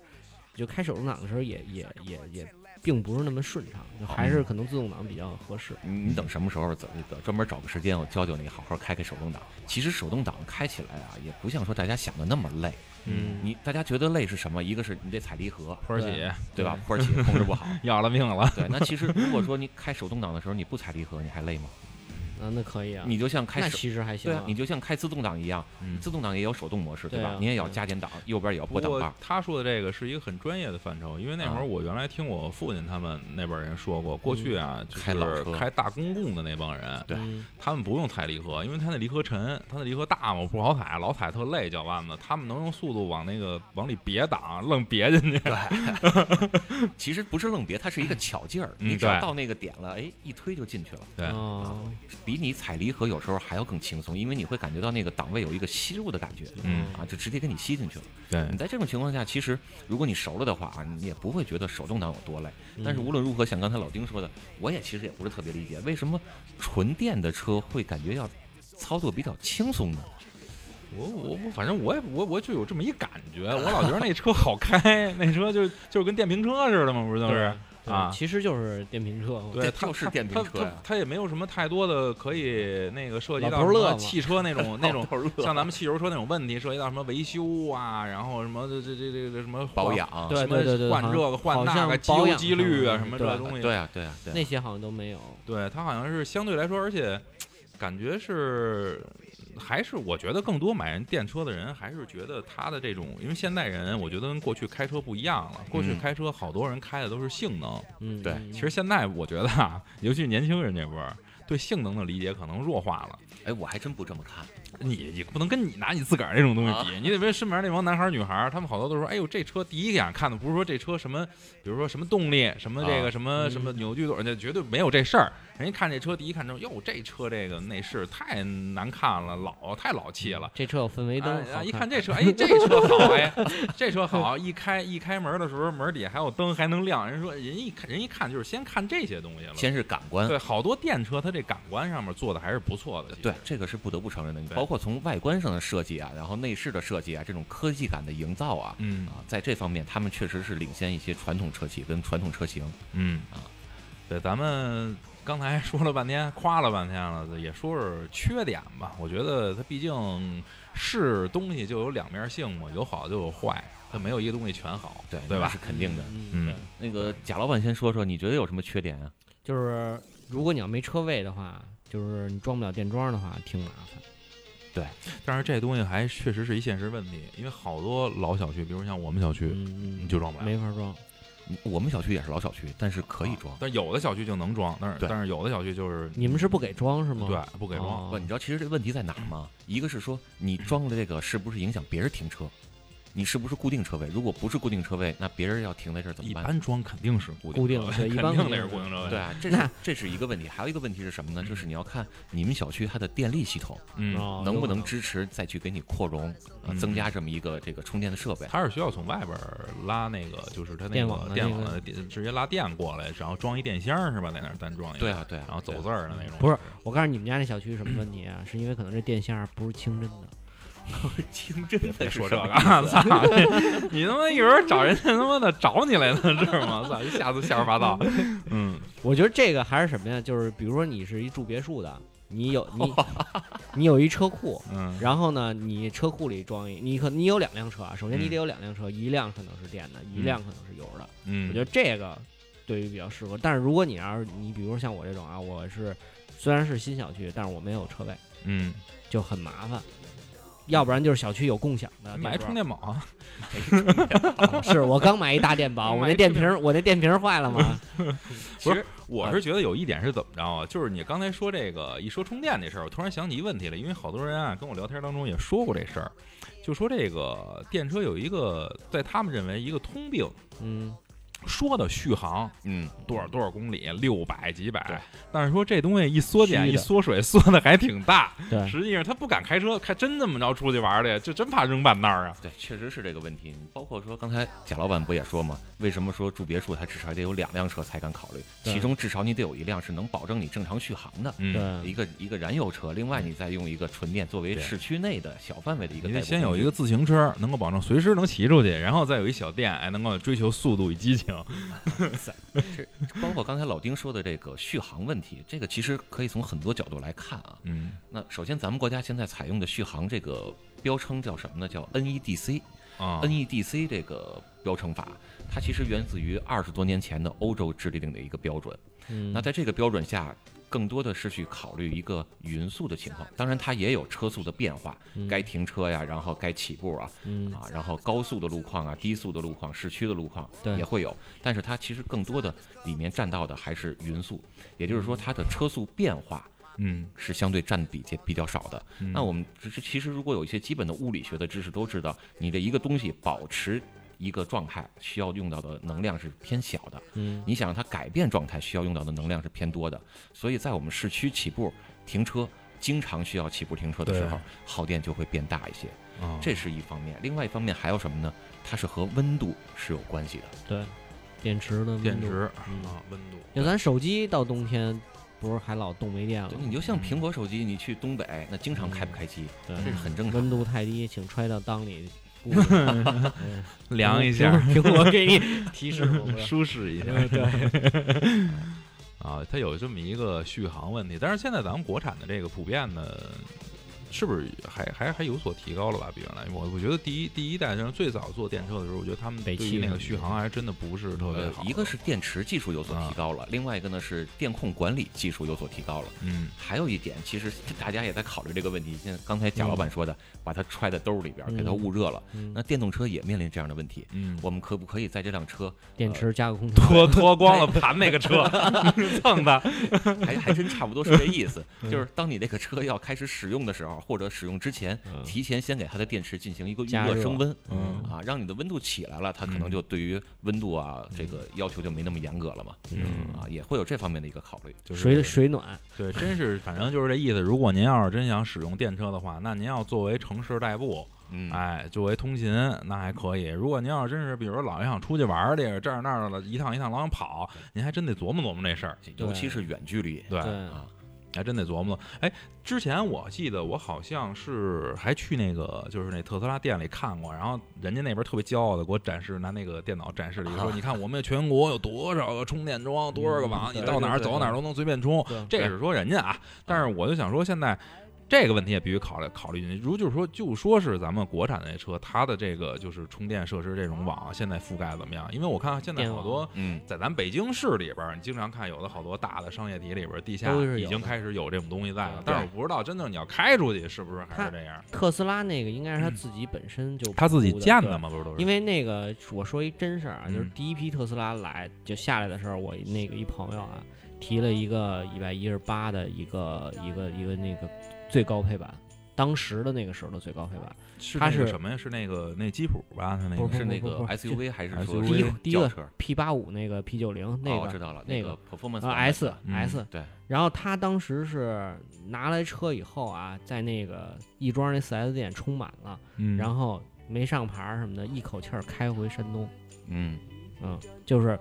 S2: 就开手动挡的时候也也也也并不是那么顺畅，就还
S3: 哦
S2: 是可能自动挡比较合适。
S3: 你你等什么时候走一走，专门找个时间，我教教你好好开开手动挡。其实手动挡开起来啊，也不像说大家想的那么累。
S1: 嗯，
S3: 你大家觉得累是什么？一个是你得踩离合，
S1: 坡儿姐
S3: 对吧？坡儿起控
S2: [laughs]
S3: 制不好。
S1: [laughs] 要了命了，
S3: 对，那其实如果说你开手动挡的时候你不踩离合，你还累吗？
S2: 啊，那可以啊，
S3: 你就像开
S2: 那
S3: 手，
S2: 其实还行、
S3: 对啊，你就像开自动挡一样，
S1: 嗯
S3: 自动挡也有手动模式，对
S2: 对
S3: 吧
S2: 啊？
S3: 你也要
S2: 对
S3: 加减档，右边也要
S1: 不
S3: 拨档把
S1: 过
S3: 儿。
S1: 他说的这个是一个很专业的范畴，因为那会
S3: 啊
S1: 儿我原来听我父亲他们那边儿人说过，过去啊就
S3: 开老
S1: 是
S3: 车
S1: 开大公共的那帮人，
S3: 对
S2: 嗯
S1: 他们不用踩离合，因为他那离合沉，他那离合大嘛，不好踩，老踩特累脚腕子。他们能用速度往那个往里别挡，愣别进去。
S3: 其实不是愣别，它是一个巧劲儿，
S1: 嗯
S3: 你只要
S1: 对
S3: 到那个点了，哎，一推就进去了，
S1: 对，
S2: 哦，
S3: 比你踩离合有时候还要更轻松，因为你会感觉到那个档位有一个吸入的感觉。
S1: 嗯
S3: 啊，就直接给你吸进去了。
S1: 对
S3: 你在这种情况下，其实如果你熟了的话啊，你也不会觉得手动挡有多累。
S2: 嗯
S3: 但是无论如何，像刚才老丁说的，我也其实也不是特别理解，为什么纯电的车会感觉要操作比较轻松呢？
S1: 我我我，反正我也我我就有这么一感觉，我老觉得那车好开， [laughs] 那车就就是跟电瓶车似的嘛，不是就是
S2: 对
S1: 啊
S2: 嗯其实就是电瓶车嘛，
S1: 对，
S3: 这
S1: 它
S3: 就是
S1: 它
S3: 电瓶
S1: 它
S3: 车
S1: 它
S3: 呀
S1: 它也没有什么太多的可以那个涉及到
S2: 老头
S1: 什
S2: 乐
S1: 么
S2: 嘛
S1: 汽车那种那种
S3: [laughs] 老头乐
S1: 像咱们汽油车那种问题，涉及到什么维修啊，然后什么这这这这这什么换
S3: 保养，啊
S2: 对
S1: 什么换这个换
S2: 好
S1: 那个
S2: 像
S1: 机
S2: 保
S1: 油
S2: 养
S1: 机滤啊
S2: 上
S1: 什么这
S2: 对
S1: 东西，
S3: 对啊，对啊，对啊
S2: 那些好像都没有。
S1: 对它好像是相对来说，而且感觉是还是我觉得更多买人电车的人还是觉得它的这种，因为现代人我觉得跟过去开车不一样了，过去
S3: 嗯
S1: 开车好多人开的都是性能，
S2: 嗯，
S3: 对
S2: 嗯
S1: 其实现在我觉得啊， [laughs] 尤其是年轻人这波儿。对性能的理解可能弱化了，
S3: 哎，我还真不这么看。
S1: 你你不能跟你拿你自个儿那种东
S3: 啊
S1: 西比，你得跟身边那帮男孩儿女孩儿，他们好多都说，哎呦这车第一眼看的不是说这车什么，比如说什么动力，什么这
S3: 啊
S1: 个什么什么扭矩多少，那绝对没有这事儿。人家看这车第一看就，哟这车这个内饰太难看了，老太老气
S3: 嗯
S1: 了。
S2: 这车有氛围灯，
S1: 哎
S2: 好
S1: 啊！
S2: 看
S1: 一看这
S3: [laughs]
S1: 车，哎，这车好哎，这车好！一开一开门的时候，门底下还有灯，还能亮。人说人一看人一看就是先看这些东西了，
S3: 先是感官，
S1: 对，好多电车它这感官上面做的还是不错的。其实
S3: 对，这个是不得不承认的。你
S1: 对
S3: 包括从外观上的设计啊，然后内饰的设计啊，这种科技感的营造啊，
S1: 嗯
S3: 啊，在这方面他们确实是领先一些传统车企跟传统车型。
S1: 嗯
S3: 啊，
S1: 对，咱们刚才说了半天，夸了半天了，也说说缺点吧。我觉得它毕竟是东西就有两面性嘛，有好就有坏，它没有一个东西全好，对
S3: 那
S1: 吧
S3: 是？肯定的。
S2: 嗯，
S1: 嗯
S2: 对
S3: 那个贾老板先说说，你觉得有什么缺点啊？
S2: 就是如果你要没车位的话，就是你装不了电桩的话，挺麻烦。
S1: 但是这东西还确实是一现实问题，因为好多老小区，比如像我们小区，
S2: 嗯
S1: 你
S2: 嗯，
S1: 就装不了。
S2: 没法装。
S3: 嗯我们小区也是老小区，但是可以装。
S1: 啊但有的小区就能装，但是
S3: 对
S1: 但是有的小区就是
S2: 你们是不给装是吗？
S1: 对啊不给装，
S2: 哦
S3: 不，你知道其实这问题在哪儿吗？一个是说你装了这个是不是影响别人停车？你是不是固定车位？如果不是固定车位，那别人要停在这儿怎么
S1: 一
S3: 办？
S1: 般装肯定是固
S2: 固定
S1: 定
S2: 的
S1: 的，
S2: 对一
S1: [laughs]
S2: 般
S1: 肯定
S2: 固
S1: 那是固
S2: 定的
S1: 定车位。
S3: 对啊，这是
S2: 那
S3: 这是一个问题，还有一个问题是什么呢？就是你要看你们小区它的电力系统
S1: 嗯，
S2: 哦
S3: 能不
S2: 有可
S3: 能支持再去给你扩容啊，
S1: 嗯
S3: 增加这么一个这个充电的设备。
S1: 它是需要从外边儿拉那个，就是它那
S2: 电网
S1: 个
S2: 的
S1: 电
S2: 那
S1: 网
S2: 个
S1: 的电直接拉电过来，然后装一电箱是吧？在那儿单装一个，
S3: 对啊，对啊，
S1: 然后走
S3: 对啊
S1: 字儿的那种。
S2: 不是，我告诉你们家那小区什么问题啊？是因为可能这电线儿不是清真的，
S3: 清真
S1: 别
S3: 的
S1: 说
S3: [laughs] 是
S1: 这
S3: 什
S1: 个 [laughs]
S3: 么意
S1: 啊，
S3: 思
S1: 操！这你他妈一会儿找人家他妈的找你来了是吗？操！一下子瞎说八
S2: [laughs]
S1: 道。嗯，
S2: 我觉得这个还是什么呀？就是比如说你是一住别墅的，你有
S1: [laughs]
S2: 你你有一车库，
S1: 嗯，
S2: 然后呢，你车库里装一，你可你有两辆车啊。首先你
S1: 嗯
S2: 得有两辆车，一辆可能是电的，一
S1: 嗯
S2: 辆可能是油的。
S1: 嗯，
S2: 我觉得这个对于比较适合。但是如果你要是你比如说像我这种啊，我是虽然是新小区，但是我没有车位，
S1: 嗯，
S2: 就很麻烦。要不然就是小区有共享的，
S1: 买充
S2: [laughs] 电
S1: 电宝啊，
S2: 宝。是我刚买一大电宝，我
S1: [laughs] 买
S2: 那
S1: 一
S2: 电
S1: 充
S2: 瓶
S1: 电
S2: 儿我那电瓶儿坏
S1: [laughs]
S2: 了嘛，
S1: 不是，我
S2: 啊
S1: 是觉得有一点是怎么着啊？就是你刚才说这个一说充电这事儿，我突然想起一问题来，因为好多人啊跟我聊天当中也说过这事儿，就说这个电车有一个在他们认为一个通病，
S2: 嗯，
S1: 说的续航
S3: 嗯，
S1: 多少多少公里，六百几
S3: 对
S1: 百，但是说这东西一缩
S2: 虚
S1: 减
S2: 的嗯
S1: 一缩水缩的还挺大，
S2: 对，
S1: 实际上他不敢开车，开真这么着出去玩儿的，就真怕扔半道儿啊。
S3: 对，确实是这个问题。你包括说刚才贾老板不也说嘛，为什么说住别墅它至少得有两辆车才敢考虑？
S2: 对
S3: 其中至少你得有一辆是能保证你正常续航的，
S1: 嗯，
S3: 一
S2: 对，
S3: 个一个燃油车，另外你再用一个纯电作为
S1: 对
S3: 市区内的小范围的一个
S1: 你
S3: 代
S1: 得
S3: 步
S1: 先有
S3: 工
S1: 一
S3: 具
S1: 个自行车，能够保证随时能骑出去，然后再有一小店，哎，能够追求速度与激情。
S3: 包括刚才老丁说的这个续航问题，这个其实可以从很多角度来看啊。
S1: 嗯，
S3: 那首先，咱们国家现在采用的续航这个标称叫什么呢？叫 E NEDC。
S1: 啊，
S3: 嗯 NEDC E 这个标称法，它其实源自于二十多年前的欧洲制定的一个标准。
S2: 嗯
S3: 那在这个标准下，更多的是去考虑一个匀速的情况。当然，它也有车速的变化，该停车呀，然后该起步啊，
S2: 嗯
S3: 啊，然后高速的路况啊，低速的路况，市区的路况
S2: 对
S3: 也会有，但是它其实更多的里面占到的还是匀速，也就是说它的车速变化
S1: 嗯，
S3: 是相对占比较比较少的。
S1: 嗯
S3: 那我们这其实如果有一些基本的物理学的知识都知道，你的一个东西保持一个状态需要用到的能量是偏小的，
S2: 嗯
S3: 你想让它改变状态需要用到的能量是偏多的，所以在我们市区起步停车。经常需要起步停车的时候
S1: 对，
S3: 耗电就会变大一些。
S1: 啊
S3: 这是一方面，另外一方面还有什么呢？它是和温度是有关系的。
S2: 对，电池的温
S1: 电
S2: 度
S1: 池
S2: 嗯
S1: 啊，温度
S2: 就咱手机到冬天不是还老冻没电了
S3: 对
S2: 吗？
S3: 你就像苹果手机，你去东北那经常开不开机，
S2: 对
S3: 这是很
S1: 嗯
S3: 正
S2: 嗯
S3: 常
S2: 温。度太低，请揣到裆
S1: [laughs]
S2: 里。捂着嗯
S1: 凉一下，
S2: 苹果苹果给
S1: [laughs]
S2: 你提示我不是
S1: 舒适一下
S2: 嗯对，
S1: 啊。它有这么一个续航问题，但是现在咱们国产的这个普遍的，是不是还还还有所提高了吧？比原来，我我觉得第一第一代像最早做电车的时候，我觉得他们
S2: 北
S1: 对
S2: 汽
S1: 于那
S2: 什
S1: 个
S2: 么
S1: 续航还真的不是特别
S3: 呃
S1: 好。，啊
S3: 一个是电池技术有所提高了，另外一个呢是电控管理技术有所提高了。
S1: 嗯，
S3: 还有一点，其实大家也在考虑这个问题。像刚才贾
S1: 嗯
S3: 老板说的，把它揣在兜里边，给它
S2: 嗯
S3: 捂热了。
S2: 嗯
S3: 那电动车也面临这样的问题。
S1: 嗯，
S3: 我们可不可以在这辆车
S2: 电
S1: 呃
S2: 池加个空调，
S1: 脱脱光了盘那个
S3: [laughs]
S1: 车，蹭的，
S3: 还还真差不多是这意
S1: [laughs]
S3: 思，
S1: 嗯
S3: 就是当你那个车要开始使用的时候，或者使用之前，
S2: 嗯
S3: 提前先给它的电池进行一个预
S2: 加
S3: 热
S2: 热
S3: 升温，
S1: 嗯
S3: 啊，让你的温度起来了，它可
S1: 嗯
S3: 能就对于温度啊这个要求就没那么严格了嘛，
S1: 嗯
S3: 啊，也会有这方面的一个考虑。
S1: 就是
S2: 水水暖，
S1: 对，真是，反正就是这意思。如果您要是真想使用电车的话，那您要作为城市代步，
S3: 嗯，
S1: 哎，作为通勤，那还可以。如果您要是真是，比如说老想出去玩儿去，这儿那儿的，一趟一趟老想跑，您还真得琢磨琢磨这事儿。
S3: 尤其是远距离
S1: 对，
S2: 对，
S3: 啊，
S1: 还真得琢磨。哎，之前我记得我好像是还去那个就是那特斯拉店里看过，然后人家那边特别骄傲的给我展示，拿那个电脑展示了一个，说
S3: 啊
S1: 你看我们全国有多少个充电桩，多少个网，
S2: 嗯对
S1: 你到哪儿
S2: 对对
S1: 走哪儿都能随便充。
S2: 对嗯
S1: 这个是说人家啊，但是我就想说现在。这个问题也必须考虑考虑进去。如就是说，就说是咱们国产的这车，它的这个就是充电设施这种网现在覆盖怎么样？因为我看现在
S2: 电
S1: 好
S2: 网
S1: 多
S3: 嗯，
S1: 在咱北京市里边儿，你经常看有的好多大的商业体里边儿，地下
S2: 都是有的嗯
S1: 已经开始有这种东西在了
S2: 对。
S1: 但是我不知道真正你要开出去是不是还是这样？
S2: 特斯拉那个应该是他自己本身就
S1: 嗯他自己
S2: 铺
S1: 建
S2: 对
S1: 的嘛，不是都是？
S2: 因为那个我说一真事儿啊，就是
S1: 嗯
S2: 第一批特斯拉来就下来的时候，我那个一朋友啊提了一个一百一十八的一个一个一个那个最高配版，当时的那个时候的最高配版，
S1: 是
S2: 它
S1: 那个
S2: 是
S1: 什么呀？是那个那吉普吧？它那
S2: 不
S1: 个
S2: 不
S3: 是那
S2: 不
S3: 个
S2: 不
S3: SUV 还是说
S1: SUV
S3: 是
S1: 第一
S2: 第一
S3: 轿
S2: 个
S3: 车？
S2: P 八五那个 P 九零那
S3: 哦，我知
S2: 个
S3: 道了，
S2: 那
S3: 个 performance
S2: 呃
S3: 版本
S2: S
S1: 嗯
S2: S，
S3: 对，
S2: 然后他当时是拿来车以后啊，在那个亦庄那四 S 店充满了，
S1: 嗯，
S2: 然后没上牌儿什么的，一口气儿开回山东，
S3: 嗯，
S2: 嗯，就是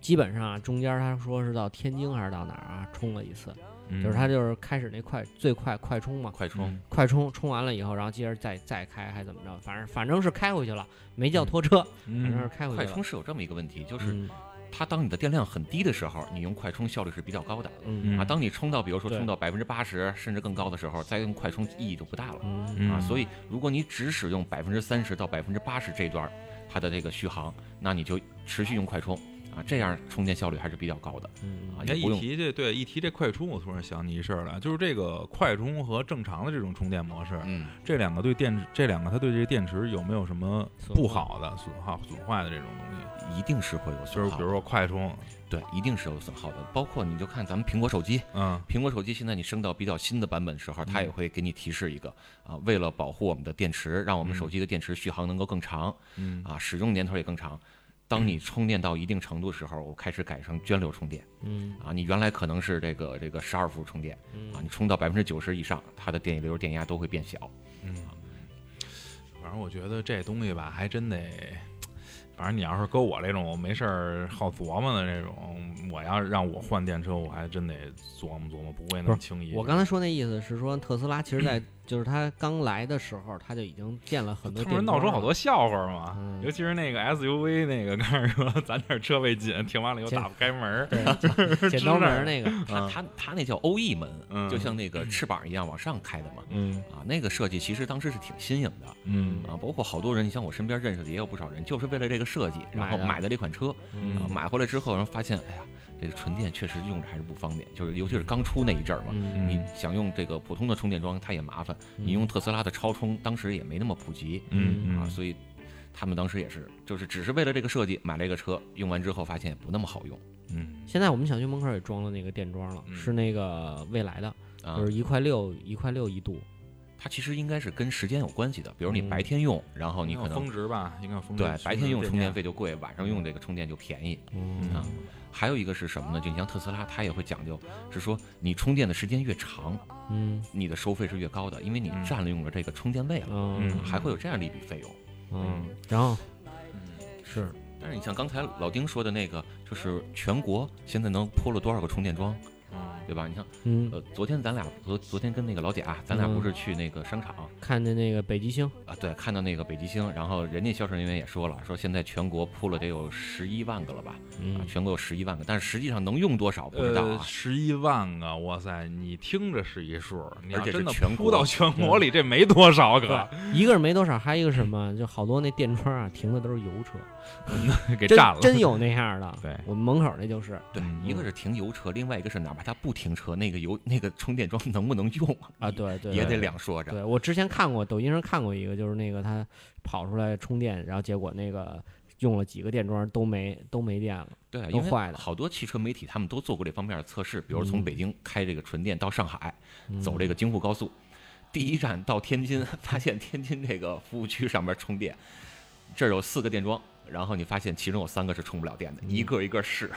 S2: 基本上啊，中间他说是到天津还是到哪儿啊，充了一次，
S1: 嗯
S2: 就是他就是开始那快最快快充嘛，
S3: 快充，
S1: 嗯
S2: 快充充完了以后，然后接着再再开还怎么着，反正反正是开回去了，没叫拖车，反正是
S1: 嗯
S2: 开回去
S3: 快
S2: 了。
S3: 充是有这么一个问题，就是
S2: 嗯
S3: 它当你的电量很低的时候，你用快充效率是比较高的
S2: 嗯
S3: 啊。当你充到比如说
S2: 对
S3: 充到百分之八十甚至更高的时候，再用快充意义就不大了
S2: 嗯
S1: 嗯
S3: 啊。所以如果你只使用百分之三十到百分之八十这段儿它的这个续航，那你就持续用快充啊，这样充电效率还是比较高的。
S2: 嗯
S3: 啊
S1: 哎，
S3: 也不
S1: 一
S3: 用
S1: 提这对一提这快充，我突然想起一事儿来，就是这个快充和正常的这种充电模式，
S3: 嗯，
S1: 这两个对电池，这两个它对这个电池有没有什么
S2: 损
S1: 不
S2: 坏
S1: 好的损耗、损坏的这种东西？
S3: 一定是会有
S1: 就
S3: 损
S1: 是
S3: 耗
S1: 比如
S3: 的，
S1: 说快充，
S3: 对，一定是有损耗的。包括你就看咱们苹果手机，
S1: 嗯
S3: 苹果手机现在你升到比较新的版本的时候，它也会给你提示一个啊，为了保护我们的电池，让我们手机的电池续航能够更长
S1: 嗯
S3: 啊，使用年头也更长。当你充电到一定程度的时候，我开始改成涓流充电
S2: 嗯
S3: 啊，你原来可能是这个这个十二伏充电
S2: 嗯
S3: 啊，你充到百分之九十以上，它的电流电压都会变小。
S1: 嗯，反正我觉得这东西吧，还真得。反正你要是搁我这种没事儿好琢磨的这种，我要让我换电车，我还真得琢磨琢磨，不会那
S2: 不
S1: 么
S2: 是
S1: 轻易。
S2: 我刚才说那意思是说，特斯拉其实在就是他刚来的时候，他就已经建了很多
S1: 他
S2: 电
S1: 不是
S2: 桩
S1: 闹出好多
S2: 了。
S1: 笑话嘛，
S2: 嗯
S1: 尤其是那个 SUV 那个，刚才 [laughs] 说咱这儿车位紧，停完了以后
S2: 前
S1: 打不开门儿，[laughs]
S2: 对，剪刀门儿那个，
S3: 它它它那叫欧翼门
S1: 啊嗯，
S3: 就像那个翅膀一样往上开的嘛
S1: 嗯
S3: 啊，那个设计其实当时是挺新颖的。
S1: 嗯
S3: 啊，包括好多人，你像我身边认识的也有不少人，就是为了这个设计，然
S2: 买
S3: 后
S2: 的
S3: 买的这款车，啊，
S1: 嗯
S3: 买回来之后，然后发现，哎呀，这个纯电确实用着还是不方便，就是尤其是刚出那一阵儿嘛，
S2: 嗯，
S3: 你想用这个普通的充电桩它也麻烦，你用特斯拉的超充当时也没那么普及
S1: 嗯
S3: 啊，
S1: 嗯
S3: 所以他们当时也是，就是只是为了这个设计买了一个车，用完之后发现不那么好用
S1: 嗯，
S2: 现在我们小区门口也装了那个电桩了，
S1: 嗯
S2: 是那个未来的，
S3: 啊
S2: 就。是一块六一块六一度，
S3: 它其实应该是跟时间有关系的，比如你
S2: 嗯
S3: 白天用，然后你可能
S1: 峰值吧，应该峰值
S3: 对白天用充电
S1: 电
S3: 费就贵，晚上用这个充电就便宜。
S2: 嗯
S3: 啊还有一个是什么呢？就你像特斯拉，它也会讲究，是说你充电的时间越长，
S2: 嗯
S3: 你的收费是越高的，因为你
S1: 嗯
S3: 占用了这个充电位了，
S1: 嗯
S2: 嗯
S3: 还会有这样的一笔费用。
S2: 嗯，然后
S1: 嗯
S2: 是
S3: 但是你像刚才老丁说的那个，就是全国现在能铺了多少个充电桩，
S1: 嗯
S3: 对吧？你像
S2: 嗯，
S3: 呃，昨天咱俩昨昨天跟那个老贾，咱俩
S2: 嗯
S3: 不是去那个商场
S2: 看见那个北极星，
S3: 啊，对，看到那个北极星，然后人家销售人员也说了，说现在全国铺了得有十一万个了吧？啊
S2: 嗯，
S3: 全国有十一万个，但是实际上能用多少不知道
S1: 呃，
S3: 啊。
S1: 十一万个，哇塞！你听着是一数，你要
S3: 而且是
S1: 真的
S3: 全
S1: 铺
S3: 国嗯
S1: 到全国里，这没多少个，
S2: 嗯一个是没多少，还有一个是什么，就好多那电桩啊停的都是油车，
S1: 给
S2: 真
S1: 占了。
S2: 真有那样的，
S1: [laughs] 对
S2: 我们门口那就是，
S3: 对，
S1: 嗯
S3: 一个是停油车，另外一个是哪怕它不停车，那个油那个充电桩能不能用
S2: 啊，对对，
S3: 也
S2: 对
S3: 得两说着。
S2: 对我之前看过，抖音上看过一个，就是那个他跑出来充电，然后结果那个用了几个电桩都没都没电了。
S3: 对，
S2: 都
S3: 因为
S2: 坏了
S3: 好多汽车媒体他们都做过这方面的测试，比如从
S2: 嗯
S3: 北京开这个纯电到上海，
S2: 嗯
S3: 走这个京沪高速，第一站到天津，发现天津这个服务区上面充电，这儿有四个电桩，然后你发现其中有三个是充不了电的，一个一个试。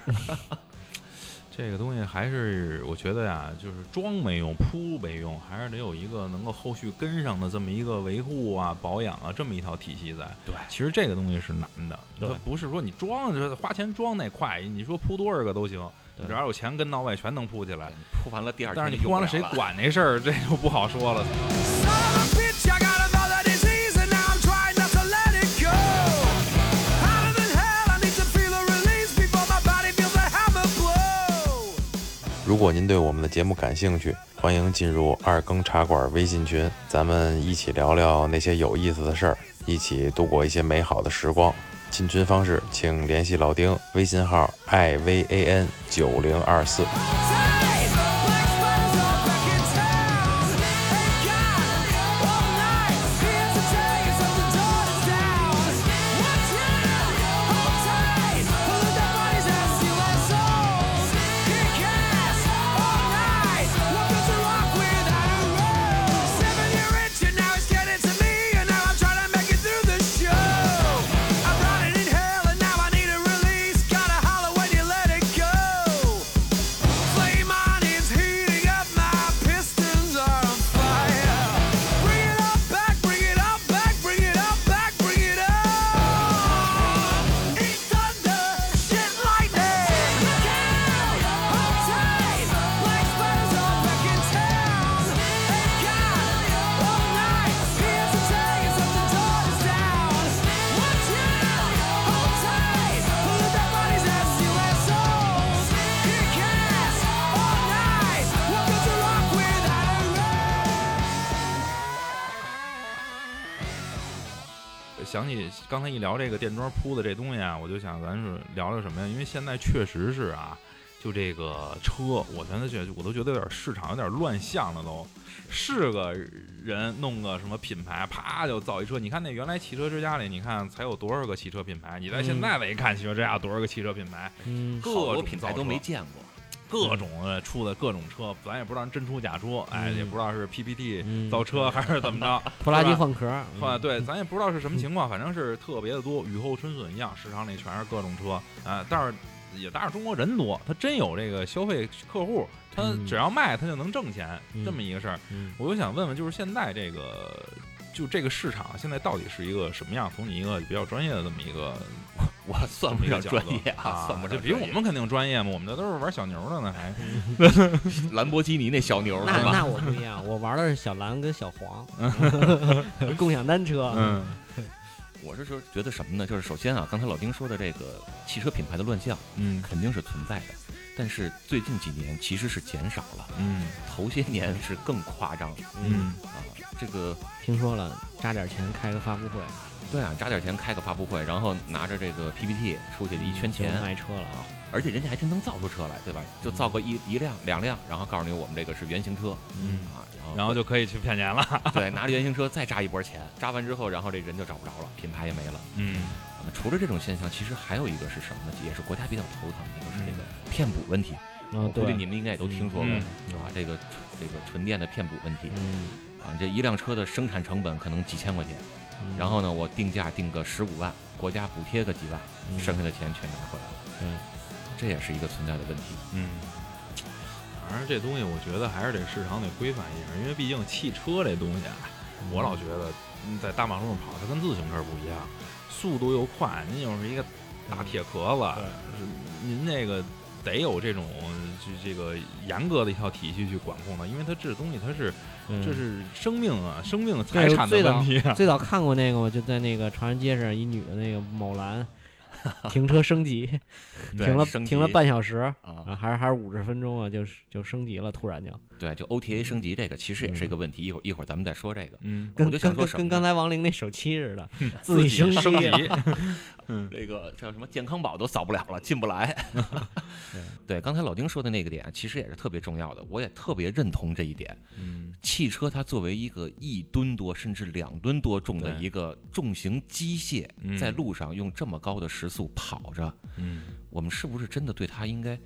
S1: 这个东西还是我觉得呀，就是装没用，铺没用，还是得有一个能够后续跟上的这么一个维护啊、保养啊这么一套体系在。
S3: 对
S1: 其实这个东西是难的，
S2: 对
S1: 它不是说你装就是花钱装那快，你说铺多少个都行，
S2: 对
S1: 只要有钱跟到位，全能铺起来。
S3: 铺完了第二天，
S1: 但是你铺完了谁？管那事儿，这就不好说了。
S4: Son of a bitch, I gotta know that it's easy now. I'm trying not to let it go. Hotter than hell, I need to feel a release before my body feels a hammer blow.
S5: 如果您对我们的节目感兴趣，欢迎进入二更茶馆微信群，咱们一起聊聊那些有意思的事儿，一起度过一些美好的时光。进群方式，请联系老丁，微信号 i v a n 九零二四。
S4: Tight, black spiders are back in town. Hey, God, all night, here to take us till the dawn is down. Watch out, hold tight, pollute our bodies as human souls. Kick ass all night, welcome to rock without a rose. Seven year
S1: 想起刚才一聊这个电装铺的这东西啊，我就想咱是聊聊什么呀？因为现在确实是啊，就这个车，我现在觉得我都觉得有点市场有点乱象了都。是个人弄个什么品牌，啪就造一车。你看那原来汽车之家里，你看才有多少个汽车品牌？你在现在来一看，汽车之家有多少个汽车品牌？
S2: 嗯
S1: 各
S3: 好多
S1: 种
S3: 品
S1: 造
S3: 牌都
S1: 车
S3: 没见过，
S1: 各种的出的各种车，咱也不知道真出假出，哎，
S2: 嗯
S1: 也不知道是 PPT
S2: 嗯
S1: 造车还是怎么着。
S2: 拖拉机
S1: 是吧
S2: 换壳儿，嗯
S1: 啊，对，咱也不知道是什么情况，反正是特别的多，雨后春笋一样，市场里全是各种车啊、但是也但是中国人多，他真有这个消费客户，他
S2: 嗯
S1: 只要卖他就能挣钱，这
S2: 嗯
S1: 么一个事儿。
S2: 嗯
S1: 我就想问问，就是现在这个。就这个市场现在到底是一个什么样？从你一个比较专业的这么一个
S3: 我算不
S1: 一个
S3: 上
S1: 角
S3: 专
S1: 度
S3: 业
S1: 啊，
S3: 算不
S1: 这
S3: 上专
S1: 比
S3: 业。
S1: 我们肯定专业嘛，我们这都是玩小牛的呢，还
S3: 兰博基尼那小牛是
S2: 那
S3: 吧？
S2: 那我不一样，我玩的是小蓝跟小
S3: [laughs]
S2: 黄，共享单车。
S1: 嗯
S3: 我是说觉得什么呢？就是首先啊，刚才老丁说的这个汽车品牌的乱象
S1: 嗯
S3: 肯定是存在的，但是最近几年其实是减少了，
S1: 嗯
S3: 头些年是更夸张
S1: 嗯
S3: 啊。这个
S2: 听说了，扎点钱开个发布会，
S3: 对啊，扎点钱开个发布会，然后拿着这个 PPT 出去一圈
S2: 嗯就
S3: 钱，
S1: 嗯
S2: 卖车了啊。
S3: 而且人家还真能造出车来，对吧？就造个一一辆两辆，然后告诉你我们这个是原型车
S1: 嗯，
S3: 啊，
S1: 然后就可以去骗钱了，
S3: 对，拿着原型车再扎一波钱，扎完之后，然后这人就找不着了，品牌也没了。
S1: 嗯
S3: 呃除了这种现象，其实还有一个是什么呢？也是国家比较头疼的，就是这个骗补问题。
S2: 嗯，
S3: 我估计
S2: 对，
S3: 你们应该也都听说过、
S1: 嗯
S3: 啊，这个这个纯电的骗补问题
S2: 嗯，
S3: 啊，这一辆车的生产成本可能几千块钱，
S2: 嗯
S3: 然后呢，我定价定个十五万，国家补贴个几万，
S2: 嗯
S3: 剩下的钱全拿回来了。
S2: 对，
S3: 这也是一个存在的问题。
S1: 嗯，反正这东西我觉得还是得市场得规范一下，因为毕竟汽车这东西啊，
S3: 嗯
S1: 我老觉得嗯在大马路上跑，它跟自行车不一样，速度又快，您又是一个
S3: 嗯
S1: 大铁壳子，是您那个得有这种就这个严格的一套体系去管控它，因为它这东西它是
S2: 嗯
S1: 这是生命啊，生命财
S2: 对
S1: 产的
S2: 最早
S1: 问题啊，
S2: 最早看过那个，我就在那个长安街上，一女的那个某
S3: [laughs]
S2: 蓝停车升级，
S3: 对
S2: 停了
S3: 升级
S2: 停了半小时，
S3: 啊，
S2: 啊，还是还是五十分钟啊，就是就升级了，突然就
S3: 对，就 OTA 升级这个其实也是一个问题，一会儿一会儿咱们再说这个。 [laughs]
S1: 嗯，
S2: 跟
S3: 我就想
S2: 跟
S3: 说
S2: 跟
S3: 什么
S2: 跟
S3: 呢
S2: 刚才王玲那手机
S1: [laughs]
S2: 似的，
S1: 自
S2: 己
S1: 己
S2: 升
S1: 升
S2: 级了。
S3: [laughs]
S1: 级，嗯
S3: 这个叫什么健康宝都扫不了了，进不来。 [laughs] 对，刚才老丁说的那个点，其实也是特别重要的，我也特别认同这一点。
S1: 嗯
S3: 汽车它作为一个一吨多甚至两吨多重的
S1: 对
S3: 一个重型机械，
S1: 嗯
S3: 在路上用这么高的时速跑着，
S1: 嗯。
S3: 我们是不是真的对它应该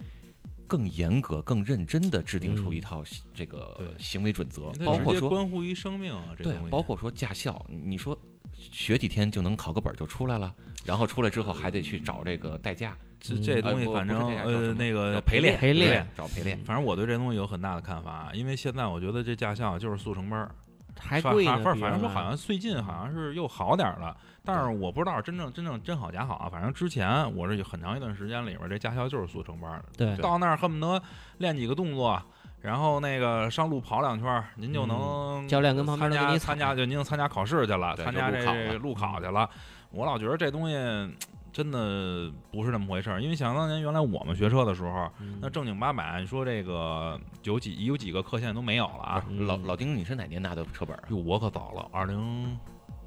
S3: 更严格、更认真地制定出
S2: 嗯
S3: 一套行这个
S1: 对
S3: 行为准则
S1: 因为，它
S3: 包
S1: 直
S3: 括
S1: 接
S3: 说
S1: 关乎于生命啊，这
S3: 对
S1: 东，西
S3: 包括说驾校，你说学几天就能考个本儿就出来了，然后出来之后还得去找这个代驾，
S1: 这
S2: 嗯
S1: 这
S3: 呃
S1: 东西
S3: 不
S1: 反
S3: 不是
S1: 正
S3: 代驾叫什
S1: 呃
S3: 么
S1: 那
S3: 叫
S1: 个
S3: 陪练
S2: 陪练，
S3: 找陪练
S1: 反正我对这东西有很大的看法啊，因为现在我觉得这驾校就是速成班儿，
S2: 还
S1: 反
S2: 贵呢
S1: 反。反
S2: 比
S1: 反正说
S2: 原来
S1: 好像最近好像是又好点儿了，但是我不知道真正真正真好假好啊。反正之前我是很长一段时间里边儿这驾校就是速成班儿的，
S2: 对
S1: 到那儿恨不得练几个动作，然后那个上路跑两圈儿，您就能、
S2: 嗯教练跟旁
S1: 参
S2: 边都给
S1: 加
S2: 你
S1: 参
S2: 踩
S1: 加，就您就参加考试去了，
S3: 对
S1: 参加
S3: 就
S1: 这
S3: 路考
S1: 个路
S3: 了
S1: 考
S2: 嗯
S1: 去了。我老觉得这东西嘖真的不是那么回事儿，因为想当年原来我们学车的时候，
S2: 嗯
S1: 那正经八百，你说这个有几有几个课现在都没有了啊？
S3: 不是老老丁，你是哪年拿的车本儿啊？
S1: 哟，我可早了，二零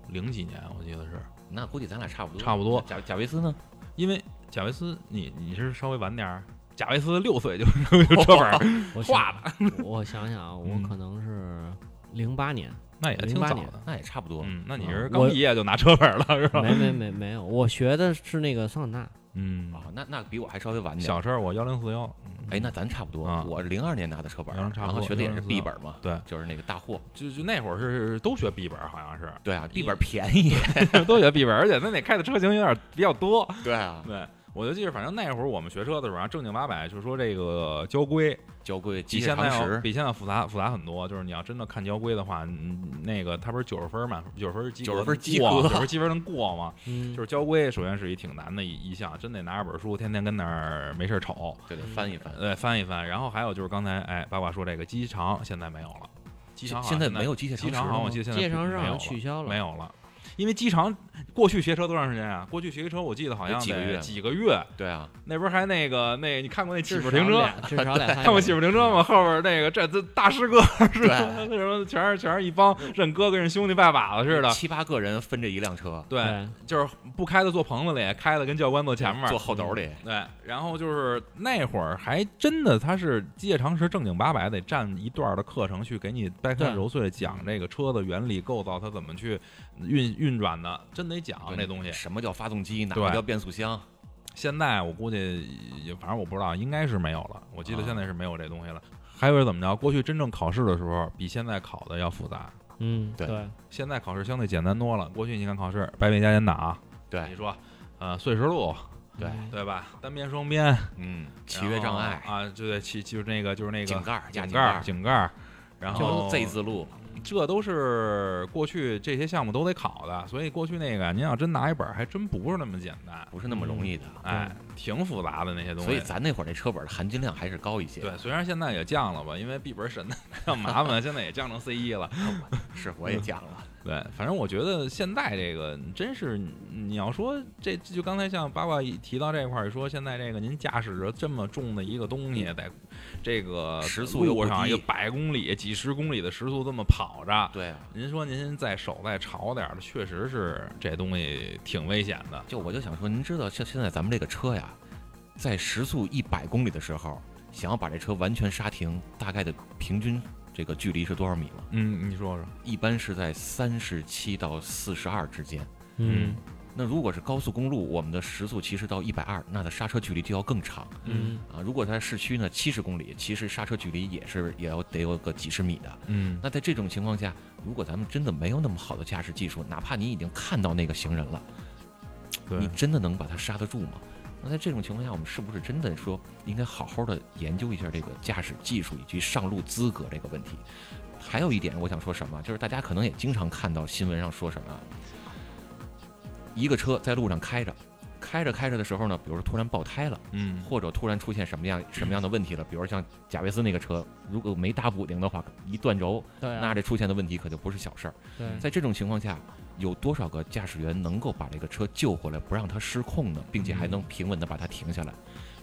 S1: 零几年我记得是，
S3: 那估计咱俩差不多，
S1: 差不多
S3: 贾贾维斯呢？
S1: 因为贾维斯，你你是稍微晚点儿，贾维斯六岁就 [laughs] 就车本儿，
S2: 我
S1: 画
S2: 的。我想想啊，我
S1: 嗯
S2: 可能是零
S1: [laughs]
S2: 八年，
S1: 那也挺
S2: 08
S1: 早
S2: 年
S1: 的。
S3: 那也差不多。
S1: 嗯，那你
S2: 啊
S1: 是
S2: 我
S1: 刚毕业就拿车本儿了是吧？
S2: 没没没没有，我学的是那个桑
S1: [laughs]
S2: 塔纳。
S1: 嗯，
S3: 啊，那那比我还稍微晚点。
S1: 小车我幺零四幺，
S3: 哎，那咱差不多
S1: 啊。
S3: 我零二年拿的车本儿
S1: 咱，差不
S3: 然
S1: 多
S3: 后学的也是
S1: 02
S3: B 本儿嘛，
S1: 对
S3: 就是那个大货。
S1: 就就那会儿是都学 B 本儿，好像是
S3: [laughs] 对啊，B
S1: 嗯
S3: 本儿便宜。
S1: 都学 B 本儿，而且那得开的车型有点比较多。 [laughs]
S3: 对啊，
S1: 对，我就记着，反正那会儿我们学车的时候啊，正经八百就是说这个交规
S3: 交规、
S1: 比
S3: 机械
S1: 现在
S3: 常
S1: 要
S3: 识，
S1: 比现在复杂复杂很多。就是你要真的看交规的话，嗯那个它不是九十分儿嘛，九十分儿及格
S3: 90分儿及
S1: 过
S3: [laughs] 格
S1: 九十积分儿能过吗？
S2: 嗯，
S1: 就是交规首先是一挺难的一一项，真得拿着本书天天跟那儿没事儿瞅，
S3: 就得翻一翻。
S1: 呃，翻一翻。然后还有就是刚才哎八卦说这个机场现在没有了，机场好像
S3: 现在没有机械
S1: 机
S3: 常识
S1: 场好像
S3: 了
S1: 我
S3: 吗，
S1: 记得现在
S2: 街上是
S1: 没
S2: 好
S1: 有
S2: 像
S1: 了
S2: 取消了，
S1: 没有了。因为机场过去学车多长时间啊？过去学车我记得好像
S3: 得几个
S1: 得
S3: 月
S1: 几个月，
S3: 对啊，
S1: 那边还那个那你看过那起
S2: 至
S1: 步
S2: 少
S1: 停车？
S2: 两，至少
S1: [laughs]
S2: 两三
S1: 看过
S2: 年
S1: 起步停车吗？后边那个这这大师哥是吧？那什么全是全是一帮认哥哥认兄弟拜把子似的。
S3: 七八个人分着一辆车，
S1: 对，
S2: 对
S1: 就是不开的坐棚子里，开的跟教官坐前面。嗯
S3: 坐后斗里，
S1: 对，然后就是那会儿还真的，他是机械常识正经八百得占一段的课程去给你掰开
S2: 对
S1: 揉碎讲这个车的原理构造，它怎么去运运转的，真得讲
S3: 对
S1: 这啊东西。
S3: 什么叫发动机，哪
S1: 对
S3: 个叫变速箱？
S1: 现在我估计也，反正我不知道，应该是没有了。我记得
S3: 啊
S1: 现在是没有这东西了。还有是怎么着？过去真正考试的时候，比现在考的要复杂。
S2: 嗯，
S3: 对
S2: 对，
S1: 现在考试相对简单多了。过去你看考试，百米加减打，你
S3: 对
S1: 说，呃，碎石路，
S3: 对，
S2: 嗯
S1: 对吧？单边、双边，
S3: 嗯，契约障
S1: 然
S3: 碍、
S1: 后啊，就对，骑就是那个就是那个
S3: 井盖儿、加
S1: 井
S3: 井
S1: 盖儿、
S3: 盖，
S1: 井盖儿，然后
S3: Z 字路，
S1: 这都是过去这些项目都得考的，所以过去那个您要真拿一本儿，还真不是那么简单，
S3: 不是那么容易的。
S1: 哎，挺复杂的那些东
S3: 嗯所以
S1: 西。
S3: 咱那会儿那车本的含金量还是高一些。
S1: 对，虽然现在也降了吧，因为闭本审的比较麻烦，现在也降成 C 一了。
S3: [laughs] 是我也讲了，
S1: 对，反正我觉得现在这个真是，你要说这就刚才像八卦一提到这块儿说，现在这个您驾驶着这么重的一个东西，在这个
S3: 时速又
S1: 路
S3: 不
S1: 上一
S3: 低
S1: 个百公里、几十公里的时速这么跑着，
S3: 对啊，
S1: 您说您再手再潮点儿的，确实是这东西挺危险的。
S3: 就我就想说，您知道像现在咱们这个车呀，在时速一百公里的时候，想要把这车完全刹停，大概的平均这个距离是多少米吗？
S1: 嗯，你说说，
S3: 一般是在三十七到四十二之间。
S1: 嗯
S3: 那如果是高速公路，我们的时速其实到一百二，那的刹车距离就要更长
S2: 嗯
S3: 啊。如果在市区呢，七十公里，其实刹车距离也是也要得有个几十米的。
S1: 嗯，
S3: 那在这种情况下，如果咱们真的没有那么好的驾驶技术，哪怕你已经看到那个行人了，你
S1: 对，
S3: 真的能把它刹得住吗？那在这种情况下，我们是不是真的说应该好好的研究一下这个驾驶技术以及上路资格这个问题？还有一点，我想说什么，就是大家可能也经常看到新闻上说什么啊，一个车在路上开着，开着开着的时候呢，比如说突然爆胎了，
S1: 嗯，
S3: 或者突然出现什么样什么样的问题了，比如像贾维斯那个车，如果没打补丁的话，一断轴，
S2: 对啊，
S3: 那这出现的问题可就不是小事儿。
S2: 对
S3: 在这种情况下，有多少个驾驶员能够把这个车救回来，不让它失控呢？并且还
S1: 嗯
S3: 能平稳地把它停下来？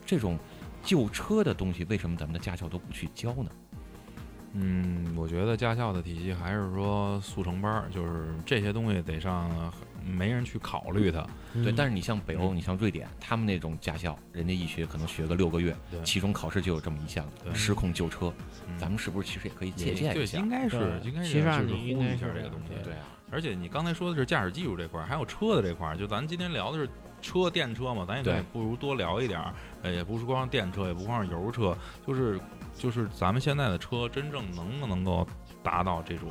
S3: 这种救车的东西，为什么咱们的驾校都不去教呢？
S1: 嗯，我觉得驾校的体系还是说速成班儿，就是这些东西得上，没人去考虑它。
S3: 对，但
S2: 是
S3: 是你像北
S1: 嗯
S3: 欧，你像瑞典，他们那种驾校，人家一学可能学个六个月
S1: 对，
S3: 其中考试就有这么一项
S1: 对
S3: 失控救车，
S1: 嗯
S3: 咱们是不是其实也可以
S1: 也
S3: 借鉴
S1: 对
S3: 一下
S1: 应？该是
S2: 对
S1: 应该是
S2: 其实上
S1: 就是
S2: 你应
S1: 呼吁
S2: 该
S1: 一下
S2: 是
S1: 这个
S2: 这样
S1: 东西。
S2: 对
S3: 对啊，
S1: 而且你刚才说的是驾驶技术这块儿，还有车的这块儿，就咱今天聊的是车电车嘛，咱也可以
S3: 对
S1: 不如多聊一点儿，呃，也不是光电车，也不光是油车，就是就是咱们现在的车真正能不能够达到这种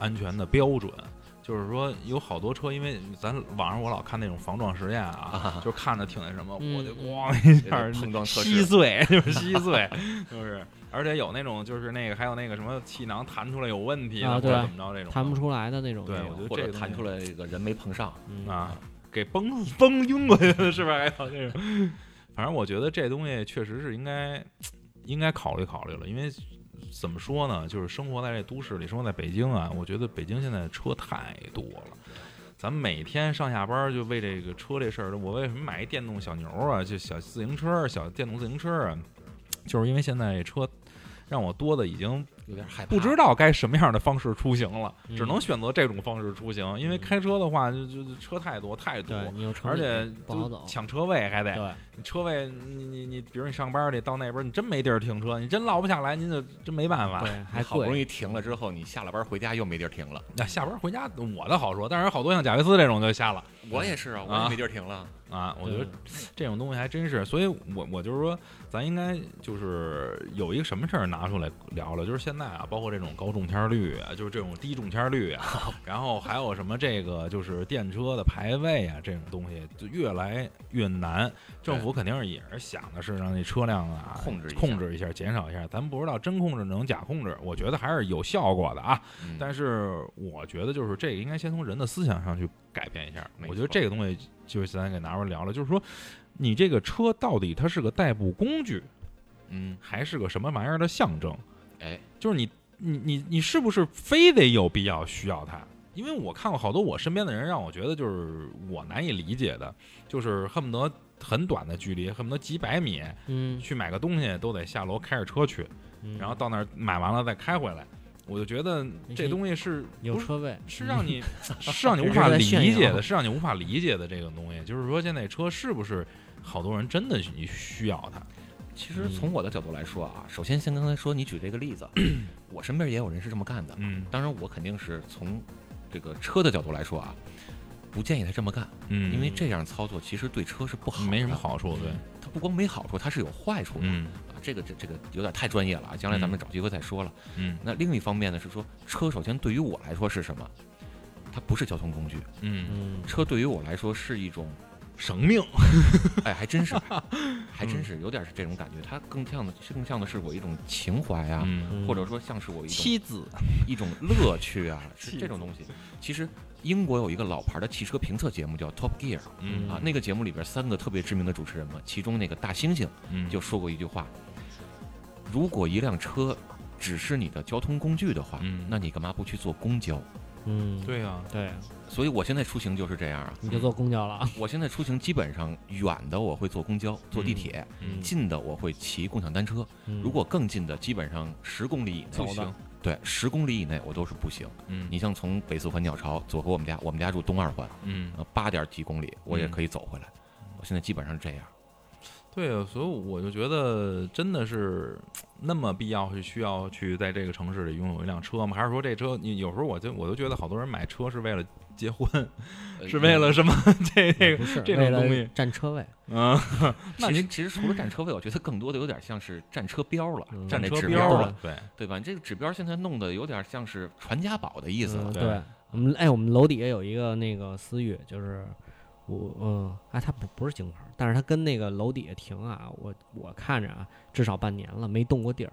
S1: 安全的标准。就是说，有好多车，因为咱网上我老看那种防撞实验啊，就看着挺那什么，
S2: 嗯
S1: 我就咣一下儿
S3: 这个碰撞测
S1: 稀
S3: 试，
S1: 碎， [laughs] 就是稀碎，就是，而且有那种就是那个还有那个什么气囊弹出来有问题的，
S2: 啊
S1: 或
S2: 对
S1: 者怎么着这种的，
S2: 谈不出来的那种
S1: 对
S2: 也有，
S1: 我觉得
S3: 或
S1: 这
S3: 者
S1: 个东
S3: 弹
S1: 西
S3: 出来这个人没碰上，
S2: 嗯
S1: 啊，给崩崩晕过去了，是吧？还有这种，反正我觉得这东西确实是应该应该考虑考虑了，因为怎么说呢，就是生活在这都市里，生活在北京啊，我觉得北京现在车太多了。咱们每天上下班就为这个车这事儿，我为什么买一电动小牛啊，就小自行车、小电动自行车啊，就是因为现在这车让我多的已经
S3: 有点害怕，
S1: 不知道该什么样的方式出行了，
S2: 嗯
S1: 只能选择这种方式出行。因为
S2: 嗯
S1: 开车的话，就就就车太多太多，
S2: 对你有城
S1: 而
S2: 里
S1: 且
S2: 不好
S1: 就
S2: 走，
S1: 抢哎车位还得，
S2: 对
S1: 你车位你你你，比如你上班去到那边，你真没地儿停车，你真落不下来，您就真没办法。
S2: 对，还
S3: 好不容
S2: 贵，
S3: 易停了之后，你下了班回家又没地儿停了。
S1: 那下班回家我的好说，但是好多像贾维斯这种就下了
S3: 我也是啊，我
S1: 啊
S3: 也没地儿停了。
S1: 啊。我觉得这种东西还真是，所以我我就是说，咱应该就是有一个什么事儿拿出来聊聊，就是现在啊，包括这种高中签率啊，就是这种低中签率啊，然后还有什么这个就是电车的排位啊，这种东西就越来越难。政府肯定是也是想的是让这车辆啊
S3: 控制一下
S1: 控制一下，减少一下。咱不知道真控制能假控制，我觉得还是有效果的啊。
S3: 嗯
S1: 但是我觉得就是这个应该先从人的思想上去改变一下。
S3: 没
S1: 我觉得
S3: 错
S1: 这个东西就是咱给拿出来聊聊，就是说你这个车到底它是个代步工具，
S3: 嗯，
S1: 还是个什么玩意儿的象征？
S3: 哎，
S1: 就是你你你你是不是非得有必要需要它？因为我看过好多我身边的人，让我觉得就是我难以理解的，就是恨不得很短的距离，恨不得几百米
S2: 嗯，
S1: 去买个东西都得下楼开着车去，
S2: 嗯
S1: 然后到那儿买完了再开回来。我就觉得这东西是
S2: 有
S1: 不是
S2: 车位，嗯
S1: 是让 [laughs] 你是让你
S2: 这
S1: 无
S2: 是
S1: 法
S2: 在
S1: 理
S2: 炫
S1: 解
S2: 耀
S1: 的，是让你无法理解的这个东西。就是说，现在车是不是好多人真的你需要它？
S3: 其
S1: 嗯
S3: 实从我的角度来说啊，首先先刚才说你举这个
S1: [clears throat]
S3: 例子，我身边也有人是这么干的。
S1: 嗯
S3: 当然，我肯定是从这个车的角度来说啊，不建议他这么干，
S1: 嗯，
S3: 因为这样操作其实对车是不好，
S1: 没什么。好处，对，
S3: 它不光没好处，它是有坏处的。
S1: 嗯
S3: 啊，这个这这个有点太专业了啊，将来咱们找机会再说了。
S1: 嗯
S3: 那另一方面呢，是说车首先对于我来说是什么？它不是交通工具，
S1: 嗯，
S2: 嗯，
S3: 车对于我来说是一种，
S1: 生命，啊
S3: 哎，还真是，还
S1: [laughs]
S3: 真是有点是这种感觉。它更像的，更像的是我一种情怀啊，
S1: 嗯
S3: 或者说像是我一种
S2: 妻子，
S3: 一种乐趣啊，是这种东西。其实英国有一个老牌的汽车评测节目叫 Top Gear
S1: 嗯
S3: 啊，那个节目里边三个特别知名的主持人嘛，其中那个大猩猩
S1: 嗯，
S3: 就说过一句话：如果一辆车只是你的交通工具的话，
S1: 嗯
S3: 那你干嘛不去坐公交？
S2: 嗯，
S1: [laughs] 对啊，
S2: 对，
S3: 所以我现在出行就是这样啊，
S2: 你就坐公交了啊，
S3: 我现在出行基本上远的我会坐公交、坐地铁，
S1: 嗯
S3: 近的我会骑共享单车。
S2: 嗯
S3: 如果更近的，基本上十公里以内，
S2: 走的
S1: 行，
S3: 对，十公里以内我都是不行。
S1: 嗯
S3: 你像从北四环鸟巢走回我们家，我们家住东二环，
S1: 嗯，
S3: 呃，八点几公里我也
S1: 嗯
S3: 可以走回来。我现在基本上是这样。
S1: 对啊，所以我就觉得真的是那么必要是需要去在这个城市里拥有一辆车吗？还是说这车你有时候我就我都觉得好多人买车是为了结婚，
S3: 呃
S1: 是为了什么？ [laughs] 这这
S2: 不
S1: 个
S2: 是
S1: 这
S2: 为
S1: 种
S2: 了
S1: 东西，
S2: 占车位，
S1: 嗯，那
S3: 其实
S1: 您
S3: 其实除了占车位，我觉得更多的有点像是占车标了，
S2: 嗯
S3: 占
S1: 占
S3: 那
S1: 车
S3: 指
S1: 标
S3: 了
S1: 了，，对，
S3: 对吧？这个指标现在弄得有点像是传家宝的意思了
S2: 嗯，
S1: 对
S2: 对，我们哎，我们楼底下有一个那个思域，就是我嗯，哎，它不不是京牌儿，但是它跟那个楼底下停啊，我我看着啊，至少半年了没动过地
S1: [laughs]
S2: 儿。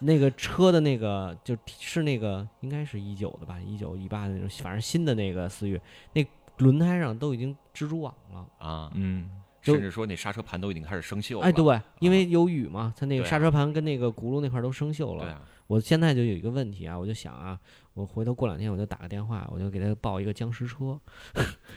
S2: 那个车的那个就是那个应该是一九的吧，一九一八的那种，反正新的那个思域，那轮胎上都已经蜘蛛网了。
S3: 啊，
S1: 嗯
S2: 就
S3: 甚至说那刹车盘都已经开始生锈了。嗯
S2: 哎，对，因为有雨嘛，它那个
S3: 对啊
S2: 刹车盘跟那个轱辘那块儿都生锈了。
S3: 对啊，
S2: 我现在就有一个问题啊，我就想啊，我回头过两天我就打个电话，我就给他报一个僵尸车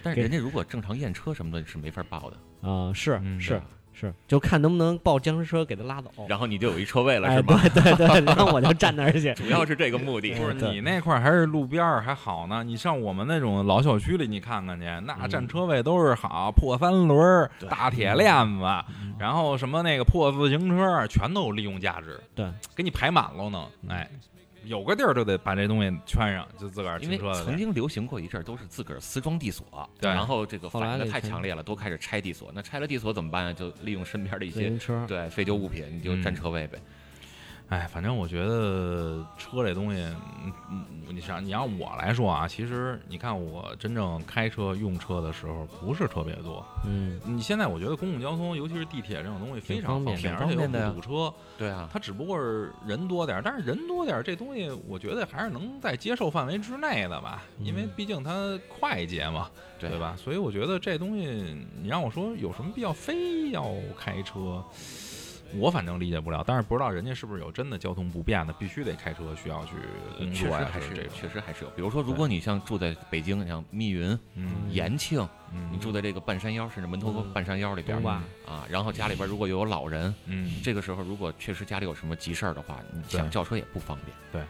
S3: 但是人家如果正常验车什么的是没法报的，
S2: 啊、是
S1: 嗯
S2: 是是，就看能不能报僵尸车给他拉走。
S3: 然后你就有一车位了
S2: 哦哎，
S3: 是吗？。
S2: 对对对，然后我就站那儿去
S3: 主要是这个目的
S1: 不。是
S2: 对
S1: 你那块儿还是路边儿还好呢，你上我们那种老小区里，你看看去，那占车位都是好破三轮儿、大铁链子，然后什么那个破自行车，全都有利用价值，
S2: 对，
S1: 给你排满喽呢。哎，有个地儿就得把这东西圈上，就自个儿
S3: 因
S1: 停
S3: 为
S1: 车的地
S3: 曾
S1: 儿。
S3: 经流行过一阵儿，都是自个儿私装地锁，
S1: 对
S3: 然后这个
S2: 后
S3: 反
S2: 来
S3: 应得
S2: 那
S3: 太
S2: 曾
S3: 强烈了，都开始拆地锁。那拆了地锁怎么办啊？就利用身边的一
S2: 自
S3: 些
S2: 行车，
S3: 对废旧物品，你就占
S1: 嗯
S3: 车位呗。
S1: 哎，反正我觉得车这东西，嗯嗯，你想你让我来说啊，其实你看我真正开车用车的时候不是特别多，
S2: 嗯，
S1: 你现在我觉得公共交通，尤其是地铁这种东西非常便，
S3: 挺
S1: 而
S3: 方
S1: 且又
S3: 便的呀
S1: 不堵车。
S3: 对啊，
S1: 它只不过是人多点儿，但是人多点儿这东西，我觉得还是能在接受范围之内的吧，因为
S2: 嗯
S1: 毕竟它快捷嘛，
S3: 对
S1: 对吧？所以我觉得这东西，你让我说有什么必要非要开车？我反正理解不了，但是不知道人家是不是有真的交通不便的，必须得开车需要去工
S3: 嗯确实
S1: 作呀，
S3: 还
S1: 是这
S3: 有，
S1: 种。
S3: 确实还是有。比如说，如果你像住在北京，像密云、
S1: 嗯
S3: 延庆，
S1: 嗯，
S3: 你住在这个半山腰，甚至门头沟
S2: 嗯
S3: 半山腰里边
S2: 东
S3: 儿
S2: 坝
S3: 啊，然后家里边如果有老人，
S1: 嗯，
S3: 这个时候如果确实家里有什么急事儿的话，你
S1: 对
S3: 想叫车也不方便。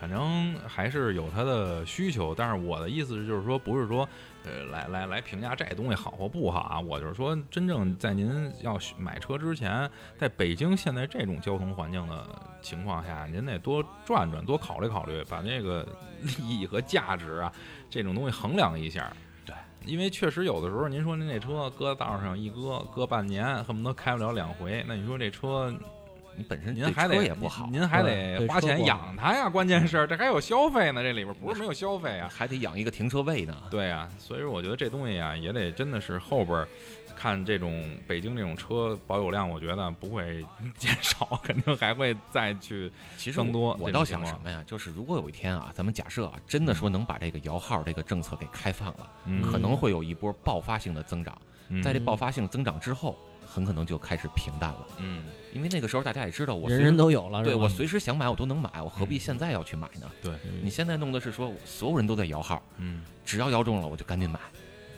S1: 反正还是有它的需求，但是我的意思是就是说，不是说，呃，来来来评价这东西好或不好啊。我就是说，真正在您要选买车之前，在北京现在这种交通环境的情况下，您得多转转，多考虑考虑，把这个利益和价值啊这种东西衡量一下。
S3: 对，
S1: 因为确实有的时候，您说您这车搁道上一搁，搁半年，恨不得开不了两回，那你说这车
S3: 你本身
S1: 您
S3: 对
S1: 还
S3: 车
S1: 得
S3: 也不好，
S1: 您还
S2: 对
S1: 得
S2: 对
S1: 花
S2: 车
S1: 钱
S2: 不好
S1: 养它呀。关键是这还有消费呢，这里边不是没有消费
S3: [laughs]
S1: 啊。
S3: 还得养一个停车位呢。
S1: 对呀、所以说我觉得这东西啊，也得真的是后边儿看这种北京这种车保有量，我觉得不会 [laughs] 减少，肯定还会再去。
S3: 其实
S1: 更多
S3: 我
S1: 这
S3: 我
S1: 种
S3: 倒
S1: 情
S3: 想
S1: 况
S3: 什么呀？就是如果有一天啊，咱们假设啊，真的说能把这个摇号这个政策给开放了，
S1: 嗯
S3: 可能会有一波爆发性的增长。在这
S1: 嗯
S3: 爆发性增长之后，很可能就开始平淡了。
S1: 嗯，
S3: 因为那个时候大家也知道我随
S2: 人
S3: 时
S2: 人都有了，
S3: 对
S2: 是吧嗯
S3: 我随时想买我都能买，我
S1: 嗯
S3: 何必现在要去买呢？
S1: 对，
S3: 你现在弄的是说我所有人都在摇号，
S1: 嗯，
S3: 只要摇中了我就赶紧买。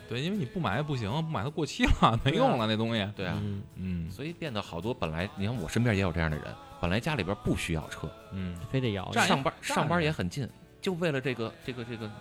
S1: 对，因为你不买也不行，不买它过期了，没用了那东西。
S3: 对啊，
S2: 嗯
S1: 嗯
S3: 所以变得好多本来你看我身边也有这样的人，本来家里边不需要车，
S1: 嗯，
S2: 非得摇
S1: 站着
S3: 上班
S1: 站着
S3: 上班也很近，就为了这个这个这个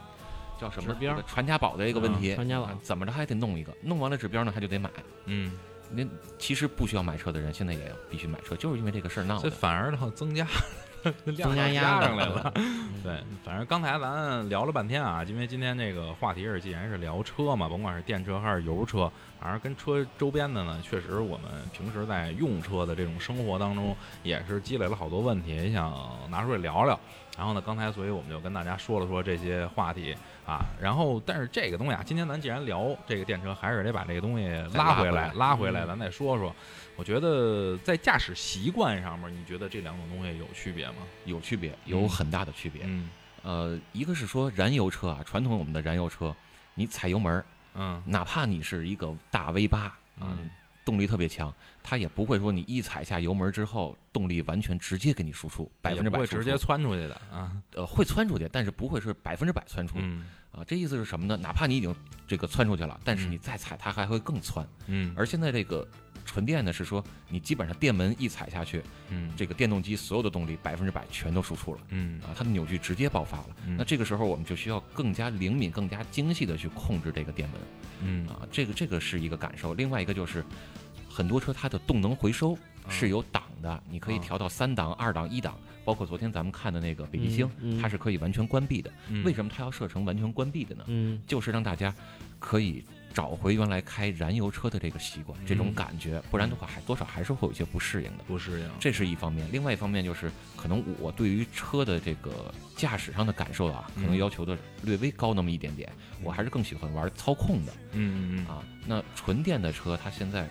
S3: 叫什么
S2: 指标
S3: 这个传家宝的一个问题，
S2: 传家宝
S3: 啊怎么着还得弄一个，弄完了指标呢还就得买。
S1: 嗯，
S3: 那其实不需要买车的人，现在也必须买车，就是因为这个事儿闹
S1: 这
S3: 的。
S1: 反而它增加 [laughs] 量
S2: 增加
S1: 压
S2: 压
S1: 上来了。
S2: 了，嗯
S1: 对，反正刚才咱聊了半天啊，因为今天这个话题是既然是聊车嘛，甭管是电车还是油车，反正跟车周边的呢，确实我们平时在用车的这种生活当中，也是积累了好多问题，也想拿出来聊聊。然后呢，刚才所以我们就跟大家说了说这些话题啊，然后但是这个东西啊，今天咱既然聊这个电车，还是得把这个东西拉回来，嗯拉回来，咱再说说。我觉得在驾驶习惯上面，你觉得这两种东西有区别吗？
S3: 有区别，有很大的区别。
S1: 嗯
S3: 呃，一个是说燃油车啊，传统我们的燃油车，你踩油门儿，
S1: 嗯
S3: 哪怕你是一个大 V 八啊
S1: 嗯，
S3: 动力特别强，它也不会说你一踩下油门之后，动力完全直接给你输出百分之
S1: 也
S3: 百
S1: 不会
S3: 输出，
S1: 直接窜出去的啊。
S3: 呃会窜出去，但是不会是百分之百窜出
S1: 嗯
S3: 啊。这意思是什么呢？哪怕你已经这个窜出去了，但是
S1: 嗯
S3: 你再踩它还会更窜。
S1: 嗯
S3: 而现在这个纯电呢，是说你基本上电门一踩下去，
S1: 嗯
S3: 这个电动机所有的动力百分之百全都输出了。
S1: 嗯
S3: 啊，它的扭矩直接爆发了。
S1: 嗯
S3: 那这个时候我们就需要更加灵敏、更加精细的去控制这个电门
S1: 嗯
S3: 啊，这个这个是一个感受。另外一个就是，很多车它的动能回收
S1: 嗯
S3: 嗯是有档的，你可以
S1: 啊
S3: 调到三档、二档、一档，包括昨天咱们看的那个北极星，
S2: 嗯嗯
S3: 它是可以完全关闭的。为
S1: 么？
S3: 什么它要设成完全关闭的呢？
S2: 嗯
S3: 就是让大家可以。找回原来开燃油车的这个习惯，这种
S2: 嗯
S3: 感觉，不然的话还多少还是会有一些不适应的。
S1: 不适应。
S3: 这是一方面，另外一方面就是可能我对于车的这个驾驶上的感受啊，可
S1: 嗯
S3: 能要求的略微高那么一点点，我还是更喜欢玩操控的
S1: 嗯嗯
S3: 啊。那纯电的车，它现在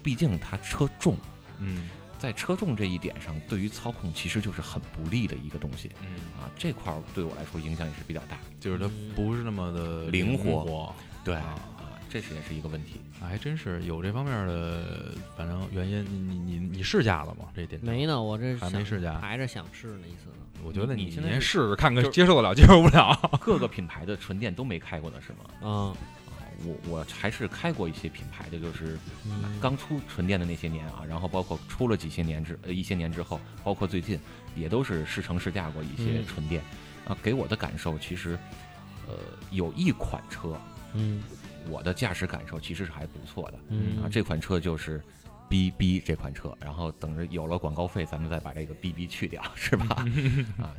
S3: 毕竟它车重，
S1: 嗯
S3: 在车重这一点上，对于操控其实就是很不利的一个东西
S1: 嗯，
S3: 啊。这块儿对我来说影响也是比较大，
S1: 就是它不是那么的
S3: 灵活
S1: 活。
S3: 对
S1: 啊
S3: 啊，这是也是一个问题。
S1: 还真是有这方面的，反正原因。你你你你试驾了吗？这电车
S2: 没？呢，我这
S1: 还没
S2: 想
S1: 试
S3: 啊
S1: 驾
S2: 排着想试呢一次呢。
S1: 我觉得
S3: 你
S1: 你
S3: 你现在
S1: 先
S3: 是
S1: 试试看看
S3: 就是
S1: 接受得了，接受不
S3: [laughs]
S1: 了。
S3: 各个品牌的纯电都没开过呢，是吗？
S2: 啊，
S3: 啊，我我还是开过一些品牌的，就是
S2: 嗯
S3: 刚出纯电的那些年啊，然后包括出了几些年之呃一些年之后，包括最近也都是试乘试驾过一些
S2: 嗯
S3: 纯电，啊，给我的感受其实，呃，有一款车
S2: 嗯
S3: 我的驾驶感受其实是还不错的
S2: 嗯
S3: 啊，这款车就是。B B 这款车，然后等着有了广告费，咱们再把这个 B B 去掉，是 [laughs] 吧？啊，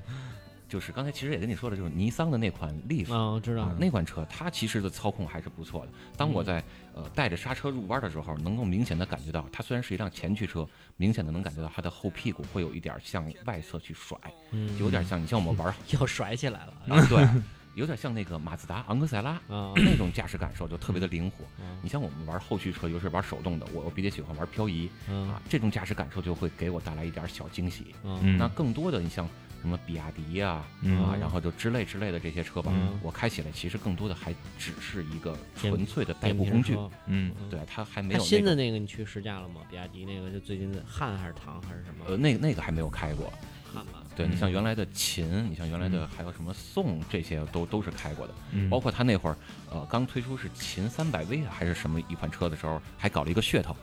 S3: 就是刚才其实也跟你说了，就是尼桑的那款 Leaf，
S2: 啊，我知道
S3: 啊，，那款车它其实的操控还是不错的。当我在
S2: 嗯
S3: 呃带着刹车入弯的时候，能够明显的感觉到，它虽然是一辆前驱车，明显的能感觉到它的后屁股会有一点儿向外侧去甩，
S2: 嗯
S3: 有点像你像我们玩儿，
S2: 要甩起来了
S3: 啊对，有点像那个马自达昂克赛拉。
S2: 啊
S3: 那种驾驶感受就特别的灵活。
S2: 嗯
S3: 你像我们玩后驱车，尤其是玩手动的，我我比较喜欢玩漂移
S2: 嗯
S3: 啊，这种驾驶感受就会给我带来一点儿小惊喜。
S2: 嗯
S1: 啊
S3: 那更多的，你像什么比亚迪呀、啊，
S1: 嗯
S3: 然后就之类之类的这些车吧，
S1: 嗯
S3: 我开起来其实更多的还只是一个
S2: 电
S3: 纯粹的代
S2: 电
S3: 步
S2: 瓶
S3: 工具，
S2: 车
S1: 嗯
S3: 对，它还没
S2: 它
S3: 有
S2: 新的
S3: 那
S2: 那个你去试驾了吗？比亚迪那个就最近的汉还是唐还是什么
S3: 个、呃，那那个还没有开过。
S2: 汉吧？
S3: 对你像
S1: 嗯
S3: 原来的秦，你像原来的
S1: 嗯
S3: 还有什么宋，这些都都是开过的。
S1: 嗯，
S3: 包括他那会儿，呃，刚推出是秦三百 V 啊，还是什么一款车的时候，还搞了一个噱头，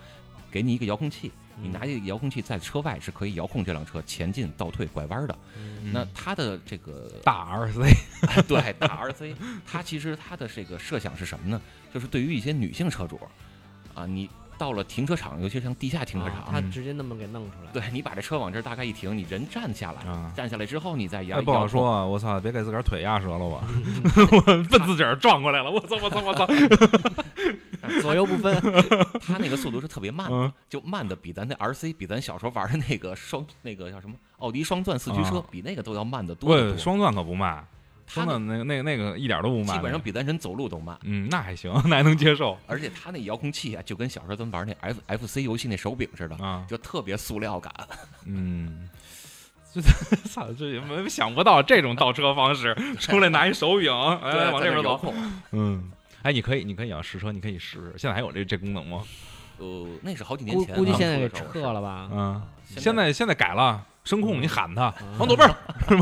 S3: 给你一个遥控器，
S2: 嗯
S1: 嗯
S3: 你拿这个遥控器在车外是可以遥控这辆车前进、倒退、拐弯的。
S2: 嗯
S1: 嗯
S3: 那它的这个
S1: 大 RC [laughs]
S3: 对，大 RC，它其实它的这个设想是什么呢？就是对于一些女性车主，啊，你到了停车场，尤其是像地下停车
S2: 啊
S3: 场，
S2: 它
S1: 嗯
S2: 直接那么给弄出来。
S3: 对你把这车往这儿大概一停，你人站下来，
S1: 啊。
S3: 站下来之后你再摇，
S1: 那不好
S3: 摇
S1: 说
S3: 头。
S1: 啊！我操，别给自个儿腿压折了我， [laughs]
S2: 嗯
S1: 我奔自个儿撞过来了！我操！我操！我操！
S2: 左右不分，
S1: [laughs]
S3: 它那个速度是特别慢的，
S1: 嗯
S3: 就慢的比咱那 RC，比咱小时候玩的那个双那个叫什么奥迪双钻四驱车，
S1: 啊
S3: 比那个都要慢得多得
S1: 我
S3: 多。
S1: 双钻可不慢，
S3: 它
S1: 双
S3: 那
S1: 钻那个那个那个一点都不慢，
S3: 基本上比咱人走路都慢。
S1: 嗯，那还行， [laughs] 那还能接受
S3: 而且它那遥控器啊，就跟小时候咱玩那 F F C 游戏那手柄似的，
S1: 啊，
S3: 就特别塑料感。
S1: 嗯， [laughs] 这操，这也没想不到这种倒车方式，出来拿一手柄，哎，
S3: 对
S1: 往这
S3: 在
S1: 边
S3: 遥
S1: 走，
S3: 控，
S1: 啊嗯，哎，你可以，你可以要试车，你可以试试，现在还有这这功能吗？
S3: 呃，那是好几 [laughs] 年
S2: 估
S3: 前啊，
S2: 估计现在给
S3: 出的时候
S2: 撤了吧？
S1: 嗯，
S3: 现嗯
S1: 现在现在改了，声控你喊 [laughs] 他
S2: 啊
S1: 王左辈儿、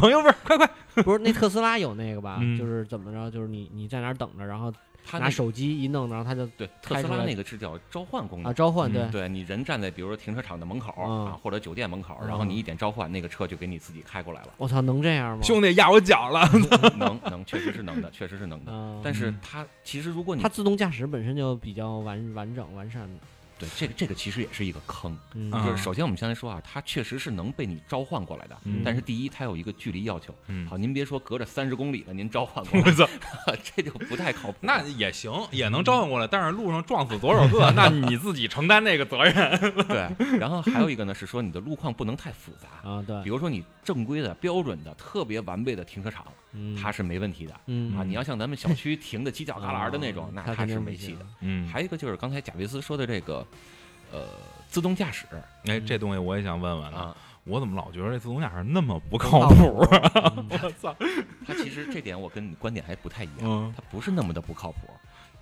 S1: 王右辈儿，快快！
S2: 不是那特斯拉有那个吧？
S1: 嗯
S2: 就是怎么着，就是你你在哪儿等着，然后
S3: 他那
S2: 拿手机一弄，然后他就
S3: 对特
S2: 开
S3: 斯
S2: 出
S3: 拉
S2: 来
S3: 那个是叫召唤功
S2: 啊
S3: 能，
S2: 召唤，对
S1: 嗯
S3: 对你人站在比如说停车场的门口
S2: 嗯
S3: 啊，或者酒店门口，然后你一点召唤，那个车就给你自己开过来
S2: [laughs]
S3: 了。
S2: 我操，能这样吗？
S1: 兄弟压我脚
S3: [laughs]
S1: 了，
S3: 能能，确实是能的，确实是能的。
S2: 啊，
S3: 但是它其实如果你
S2: 它自动驾驶本身就比较完完整完善的，
S3: 对这个这个其实也是一个坑，
S2: 嗯
S1: 啊
S3: 就是首先我们先来说啊，它确实是能被你召唤过来的，
S1: 嗯
S3: 但是第一它有一个距离要求。
S1: 嗯
S3: 好，您别说隔着三十公里了，您召唤过
S1: 我
S3: 来，
S1: 操，
S3: [laughs] 这就不太靠谱。
S1: 那也行，也能召唤过来，但是路上撞死多少个，
S3: [laughs]
S1: 那你自己承担那个责任。
S3: 对，然后还有一个呢是说你的路况不能太复杂，
S2: 啊，
S3: 比
S2: 对，
S3: 如说你正规的、标准的、特别完备的停车场，
S2: 嗯
S3: 它是没问题的。
S2: 嗯
S3: 啊，你要像咱们小区停的犄角旮旯的那种，那
S2: 它
S3: 它
S2: 哦肯
S3: 是
S2: 定
S3: 没
S2: 不
S3: 戏
S2: 行
S3: 的。
S1: 嗯，
S3: 还有一个就是刚才贾维斯说的这个，呃，自动驾驶
S1: 哎，这东西我也想问问啊，
S3: 啊，
S1: 我怎么老觉得这自动驾驶那么不
S2: 不
S1: 靠
S2: 谱
S1: 谱？，
S2: [laughs] 嗯
S1: 我操，
S3: 它其实这点我跟你观点还不太
S2: 哦
S3: 一样，
S1: 嗯，
S3: 它不是那么的不靠谱，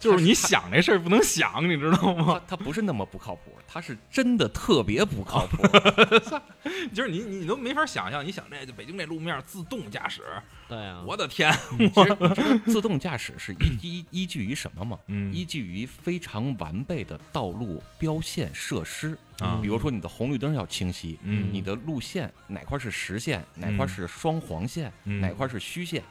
S1: 就是你想这事儿不能想，你知道吗？
S2: 哦
S3: 它它不是那么不靠谱，它是真的特别不
S2: [laughs]
S3: 靠谱。
S1: [laughs] 就是你你你都没法想象，你想这北京这路面自动驾驶，
S2: [laughs] 对啊，
S1: 我的天，
S3: 其实你知道自动驾驶是依依依据于什么吗？
S1: 嗯
S3: 依据于非常完备的道路标线设施
S1: 啊
S3: 比如说你的红绿灯要清晰，
S1: 嗯
S3: 你的路线哪块是实线，哪块
S1: 嗯
S3: 是双黄线，
S1: 嗯
S3: 哪块是虚线，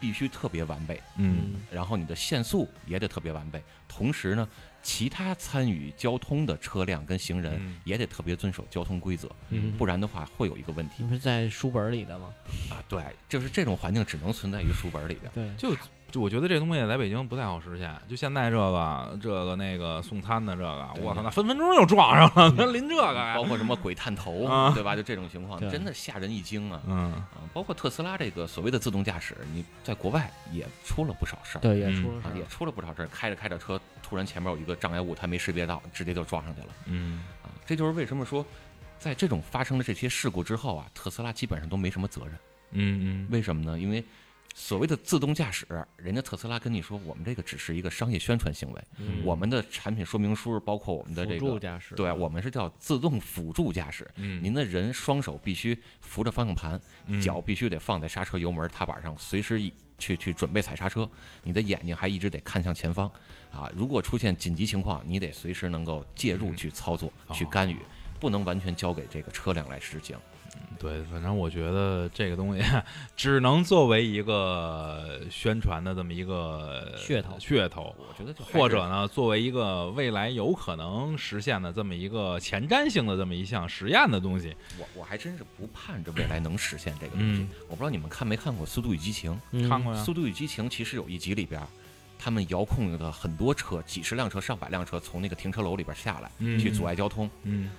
S3: 必须特别完备。
S1: 嗯
S3: 然后你的限速也得特别完备，同时呢，其他参与交通的车辆跟行人
S1: 嗯
S3: 也得特别遵守交通规则，
S2: 嗯，
S3: 不然的话会有一个问题
S2: 你不是在书本里的吗？
S1: 嗯
S3: 啊。对，就是这种环境只能存在于书本里边。
S2: 对，
S1: 就就我觉得这东西来北京不太好实现，就现在这个这个那个送餐的这个，
S3: 对
S1: 我操，那分分钟就撞上了，那临这个呀
S3: 包，括什么鬼探头，
S1: 啊
S3: 对吧？就这种情况，
S2: 对
S3: 真的吓人一惊啊！
S1: 嗯
S3: 啊，包括特斯拉这个所谓的自动驾驶，你在国外也出了不少事儿，
S2: 对，也
S1: 嗯
S2: 出了事
S3: 啊，也
S2: 儿，
S3: 出了不少事儿。开着开着车，突然前面有一个障碍物，他没识别到，直接就撞上去了
S1: 嗯
S3: 啊！这就是为什么说，在这种发生了这些事故之后啊，特斯拉基本上都没什么责任。
S1: 嗯
S3: 为什么呢？因为所谓的自动驾驶，人家特斯拉跟你说，我们这个只是一个商业宣传行为，
S2: 嗯
S3: 我们的产品说明书包括我们的这
S2: 辅助
S3: 个，
S2: 驾驶，
S3: 对我们是叫自动辅助驾驶。
S1: 嗯
S3: 您的人双手必须扶着方向盘，
S1: 嗯
S3: 脚必须得放在刹车油门踏板上，随时一去去准备踩刹车。你的眼睛还一直得看向前方啊！如果出现紧急情况，你得随时能够介入去操作、去
S1: 嗯哦
S3: 干预，不能完全交给这个车辆来实行。
S1: 对，反正我觉得这个东西 [laughs] 只能作为一个宣传的这么一个
S2: 噱
S3: 呃
S2: 头
S1: 噱头，
S3: 我觉得就还是
S1: 或者呢，作为一个未来有可能实现的这么一个前瞻性的这么一项实验的东西，
S3: 我我还真是不盼着未来能实现这个东西。
S1: 嗯
S3: 我不知道你们看没看过《速度与激情
S2: 嗯
S1: 看过》？呀
S3: 速？度与激情》其实有一集里边儿，他们遥控的很多车，几十辆车、上百辆车从那个停车楼里边下来，
S1: 嗯
S3: 去阻碍交通。
S1: 嗯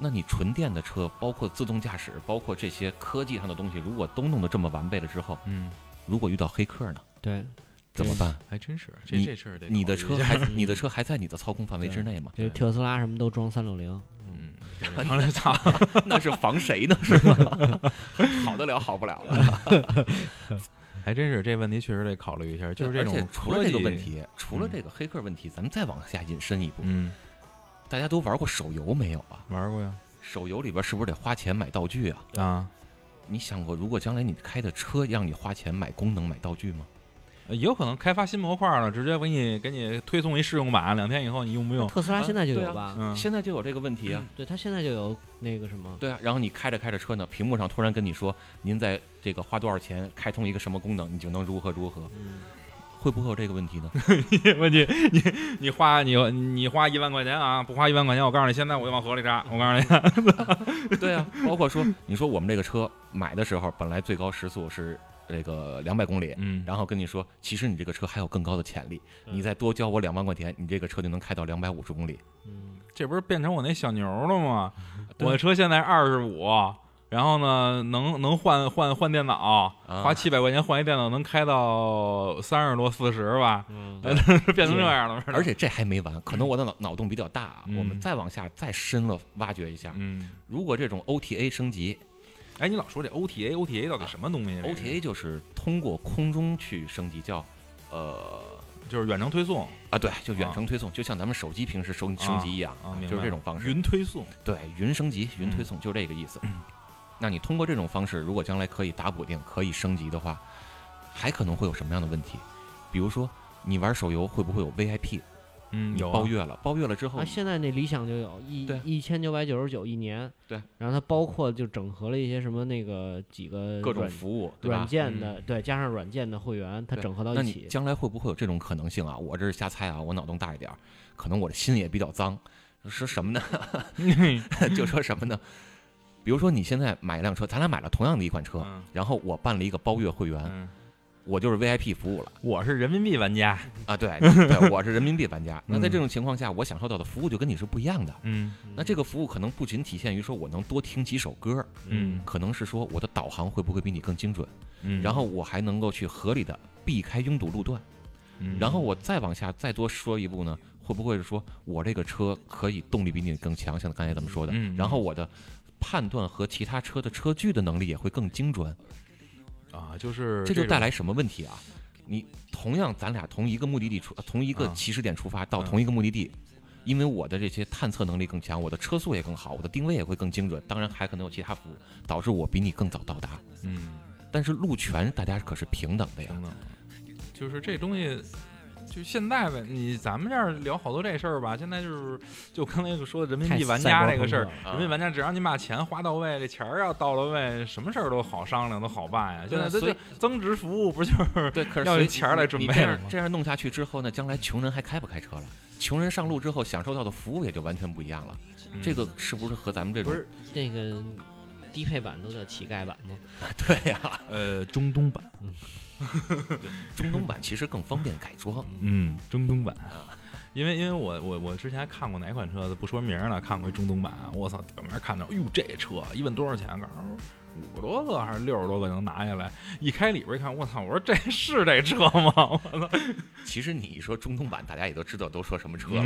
S3: 那你纯电的车，包括自动驾驶，包括这些科技上的东西，如果都弄得这么完备了之后，
S1: 嗯，
S3: 如果遇到黑客呢，
S2: 对，
S3: 怎么办？
S1: 还真是这
S3: 你
S1: 这事儿得
S3: 你的
S1: 考
S3: 车
S1: 虑一下
S3: 还你的车还在你的操控范围之内吗？ [laughs]
S2: 这特斯拉什么都装三六零，
S1: 嗯，刚才操，
S3: 那是防谁
S1: [laughs]
S3: 呢？是吗？ [laughs] 好得了，好不了
S1: 嗯
S3: 了。
S1: 还真是这问题确实得考虑一下，就是这
S3: 而且
S1: 种
S3: 除了这个问
S1: 科技，
S3: 题，除了这个黑客问题，咱们再往下引申一步，
S1: 嗯，
S3: 大家都玩过手游没有啊？
S1: 玩过呀
S3: 手游里边是不是得花钱买道具啊？
S1: 啊，
S3: 你想过，如果将来你开的车让你花钱买功能、买道具吗？
S1: 也有可能开发新模块了，直接给你给你推送一试用版，两天以后你用不
S3: 啊
S1: 用？
S2: 特斯拉现在就有吧？嗯
S1: 嗯，
S3: [laughs] 现在就有这个问题啊。
S2: 对，它现在就有那个什么，
S3: 对啊，然后你开着开着车呢，屏幕上突然跟你说，您在这个花多少钱开通一个什么功能，你就能如何如何，
S2: 嗯，
S3: [laughs] 会不会有这个问题呢？
S1: 问题，你你花你你花一万块钱啊，不花一万块钱，我告诉你，现在我就往河里扎。我告诉你，
S3: [laughs] 对 [laughs] 啊，包括说，你说我们这个车买的时候，本来最高时速是这个两百公里，
S1: [laughs] 嗯
S3: 然后跟你说，其实你这个车还有更高的潜力，
S2: 嗯
S3: 你再多交我两万块钱，你这个车就能开到两百五十公里。
S2: 嗯，
S1: 这不是变成我那小牛了 [laughs] 吗？
S3: 对
S1: 我的车现在二十五，然后呢，能能换换换电脑，花七百块钱换一电脑，能开到三十多四十吧？
S2: 嗯，
S1: 变成这样 [laughs] 了吗？
S3: 而且这还没完，可能我的脑脑洞比较大啊，
S1: 嗯
S3: 我们再往下再深了挖掘一下，
S1: 嗯，
S3: 如果这种 OTA 升级
S1: 哎，你老说这 OTA
S3: 哎
S1: OTA 到底什么东西这个
S3: ，OTA 就是通过空中去升级，叫呃
S1: 就是远程推送
S3: 啊，对，就远程推送，就像咱们手机平时升升级一样
S1: 啊，明白
S3: 就是这种方式。
S1: 云推送，
S3: 对，云升级、云
S1: 嗯
S3: 推送就这个意思。那你通过这种方式，如果将来可以打补丁、可以升级的话，还可能会有什么样的问题？比如说，你玩手游会不会有 VIP？
S1: 嗯，
S3: 你
S1: 有啊 [laughs]
S3: 包月了，包月了之后
S2: 啊，，现在那理想就有一
S3: 对
S2: 一千九百九十九一年，
S3: 对，
S2: 然后它包括就整合了一些什么那个几个
S3: 各种
S2: 软
S3: 服务，对
S2: 软
S3: 吧？嗯
S2: 件的，对，加上软件的会员，它
S3: 对
S2: 整合到
S3: 那
S2: 一
S3: 你
S2: 起。
S3: 将来会不会有这种可能性啊？我这是瞎猜啊，我脑洞大一点儿，可能我的心也比较脏。说什么呢？ [laughs]
S1: 嗯
S3: 就说什么呢？比如说你现在买一辆车，咱俩买了同样的一款车，
S1: 嗯
S3: 然后我办了一个包月会员，
S1: 嗯，
S3: 我就是 VIP 服务了
S1: 我是人民币玩家，
S3: 啊！对， [laughs] 你对，我是人民币
S1: [laughs]
S3: 玩家。那在这
S1: 嗯
S3: 种情况下，我享受到的服务就跟你是不一样的。
S1: 嗯
S3: 那这个服务可能不仅体现于说我能多听几首歌，
S1: 嗯
S3: 可能是说我的导航会不会比你更精准，
S1: 嗯，
S3: 然后我还能够去合理的避开拥堵路段。
S1: 嗯
S3: 然后我再往下再多说一步呢，会不会是说我这个车可以动力比你更强？像刚才咱们说的，
S1: 嗯嗯
S3: 然后我的判断和其他车的车距的能力也会更精准，
S1: 啊，就是
S3: 这就
S1: 种
S3: 带来什么问题啊？你同样，咱俩同一个目的地出，呃同一个
S1: 啊
S3: 起始点出发，到
S1: 嗯
S3: 同一个目的地，因为我的这些探测能力更强，我的车速也更好，我的定位也会更精准，当然还可能有其他服务，导致我比你更早到达。
S1: 嗯，
S3: 但是路权大家可是平等的呀，
S1: 等等，就是这东西，就现在呗，你咱们这儿聊好多这事儿吧，现在就是就刚才说的人民
S2: 太
S1: 币玩
S2: 赛
S1: 家
S2: 博
S1: 这个
S2: 朋
S1: 事儿
S2: 克了，
S3: 啊
S1: 人民币玩家只要你把钱花到位，这钱儿要到了位，什么事儿都好商量，都好办呀。现
S3: 对啊
S1: 在这
S3: 所以
S1: 就增值服务不就是
S3: 对，可是
S1: 要
S3: 随
S1: 用钱儿来准
S3: 你
S1: 备
S3: 这
S1: 了
S3: 样
S1: 吗
S3: 这样弄下去之后呢，将来穷人还开不开车了？穷人上路之后享受到的服务也就完全不一样了。
S1: 嗯
S3: 这个是不是和咱们这
S2: 不
S3: 种
S2: 是那个低配版都叫乞丐版
S1: [laughs]
S2: 吗？
S3: [laughs] 对呀、
S1: 呃中东版，
S3: 中东版其实更方便改装。
S1: 嗯，中东版。因为因为我我我之前还看过哪款车，不说名儿了，看过一中东版，我操，表面看着，哎呦这车，一问多少钱，告诉我五十多个还是六十多个能拿下来，一开里边一看，我操，我说这是这车吗？ [laughs] 我操，
S3: 其实你一说中东版，大家也都知道都说什么车了。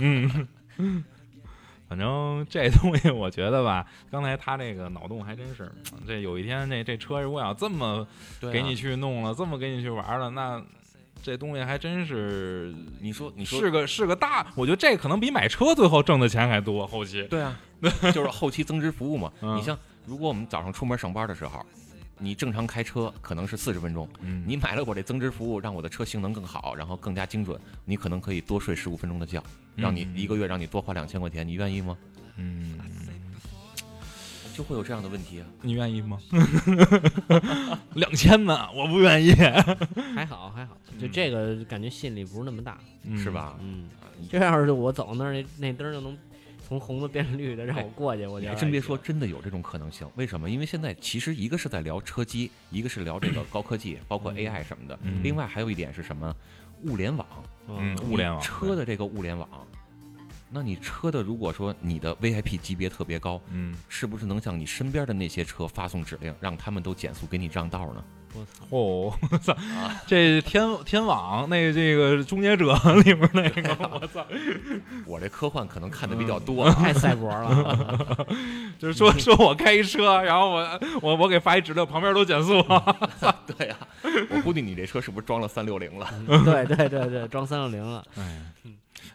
S1: 嗯嗯，反正这东西我觉得吧，刚才他这个脑洞还真是，这有一天这这车如果要这么
S3: 对啊
S1: 给你，去弄了，这么给你去玩了，那这东西还真是
S3: 你说你说
S1: 是个是个大，我觉得这可能比买车最后挣的钱还多。后期，
S3: 对啊， [laughs] 就是后期增值服务嘛。
S1: 嗯
S3: 你像如果我们早上出门上班的时候，你正常开车可能是四十分钟，
S1: 嗯
S3: 你买了我这增值服务，让我的车性能更好，然后更加精准，你可能可以多睡十五分钟的觉，让你一个月让你多花两千块钱，你愿意吗？
S1: 嗯，
S3: 就会有这样的问题啊。
S1: 你愿意吗？ [laughs] 两千呢，我不愿意，
S2: 还好还好，就
S1: 嗯
S2: 这个感觉吸引力不是那么大。
S3: 是？吧？
S2: 嗯，
S3: 你
S2: 这要是我走那儿，那那灯儿就能从红的变成绿的，让
S3: 哎
S2: 我过去，我
S3: 你
S2: 觉
S3: 还
S2: 得
S3: 真别
S2: 行
S3: 说，真的有这种可能性。为什么？因为现在其实一个是在聊车机，一个是聊这个高科技，包括
S2: 嗯
S3: AI 什么的。
S1: 嗯
S3: 另外还有一点是什么？物联网，
S1: 嗯
S2: 嗯，
S1: 物联网
S3: 你车的这个物联网。那你车的，如果说你的 VIP 级别特别高，
S1: 嗯，
S3: 是不是能向你身边的那些车发送指令，让他们都减速给你让道
S1: [laughs]
S3: 呢？
S2: 我操，
S1: 哦，我操，
S3: 啊
S1: 这天天网那这个终结者 [laughs] 里边那个，哎我操，
S3: [laughs]
S1: 嗯
S3: 我这科幻可能看的比较多 [laughs] 啊，
S2: 嗯太赛博了。 [laughs]
S1: 就是
S3: 嗯
S1: 说说我开一车，然后我我我给发一指令，旁边都减速。
S3: 对呀、我估计你这车是不是装了三六零了？
S2: 嗯对对对对，装三六零了。
S1: 哎，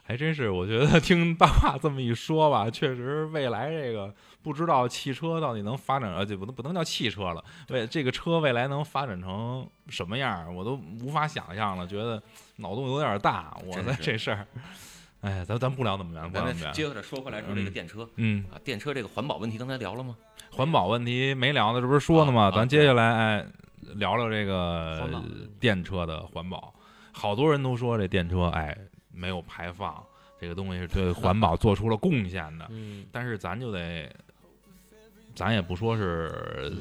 S1: 还真是，我觉得 [laughs] 听大话这么一说吧，确实未来这个不知道汽车到底能发展，呃，就不能不能叫汽车了，为这个车未来能发展成什么样儿，我都无法想象了，觉得脑洞有点大。我
S3: 真
S1: 在
S3: 是
S1: 这事儿，哎，咱咱不聊那么远，不
S3: 咱
S1: 聊那
S3: 们
S1: 么远。
S3: 接着说回来说这个电车
S1: 嗯，
S3: 啊，电车这个环保问题刚才聊了吗？
S1: 环保问题没聊呢，这不是说呢吗？
S3: 啊啊
S1: 咱接下来哎聊聊这个
S2: 环保
S1: 电车的环保。好多人都说这电车哎没有排放，这个东西是对环保做出了贡献的。
S2: 嗯，
S1: 但是咱就得，咱也不说是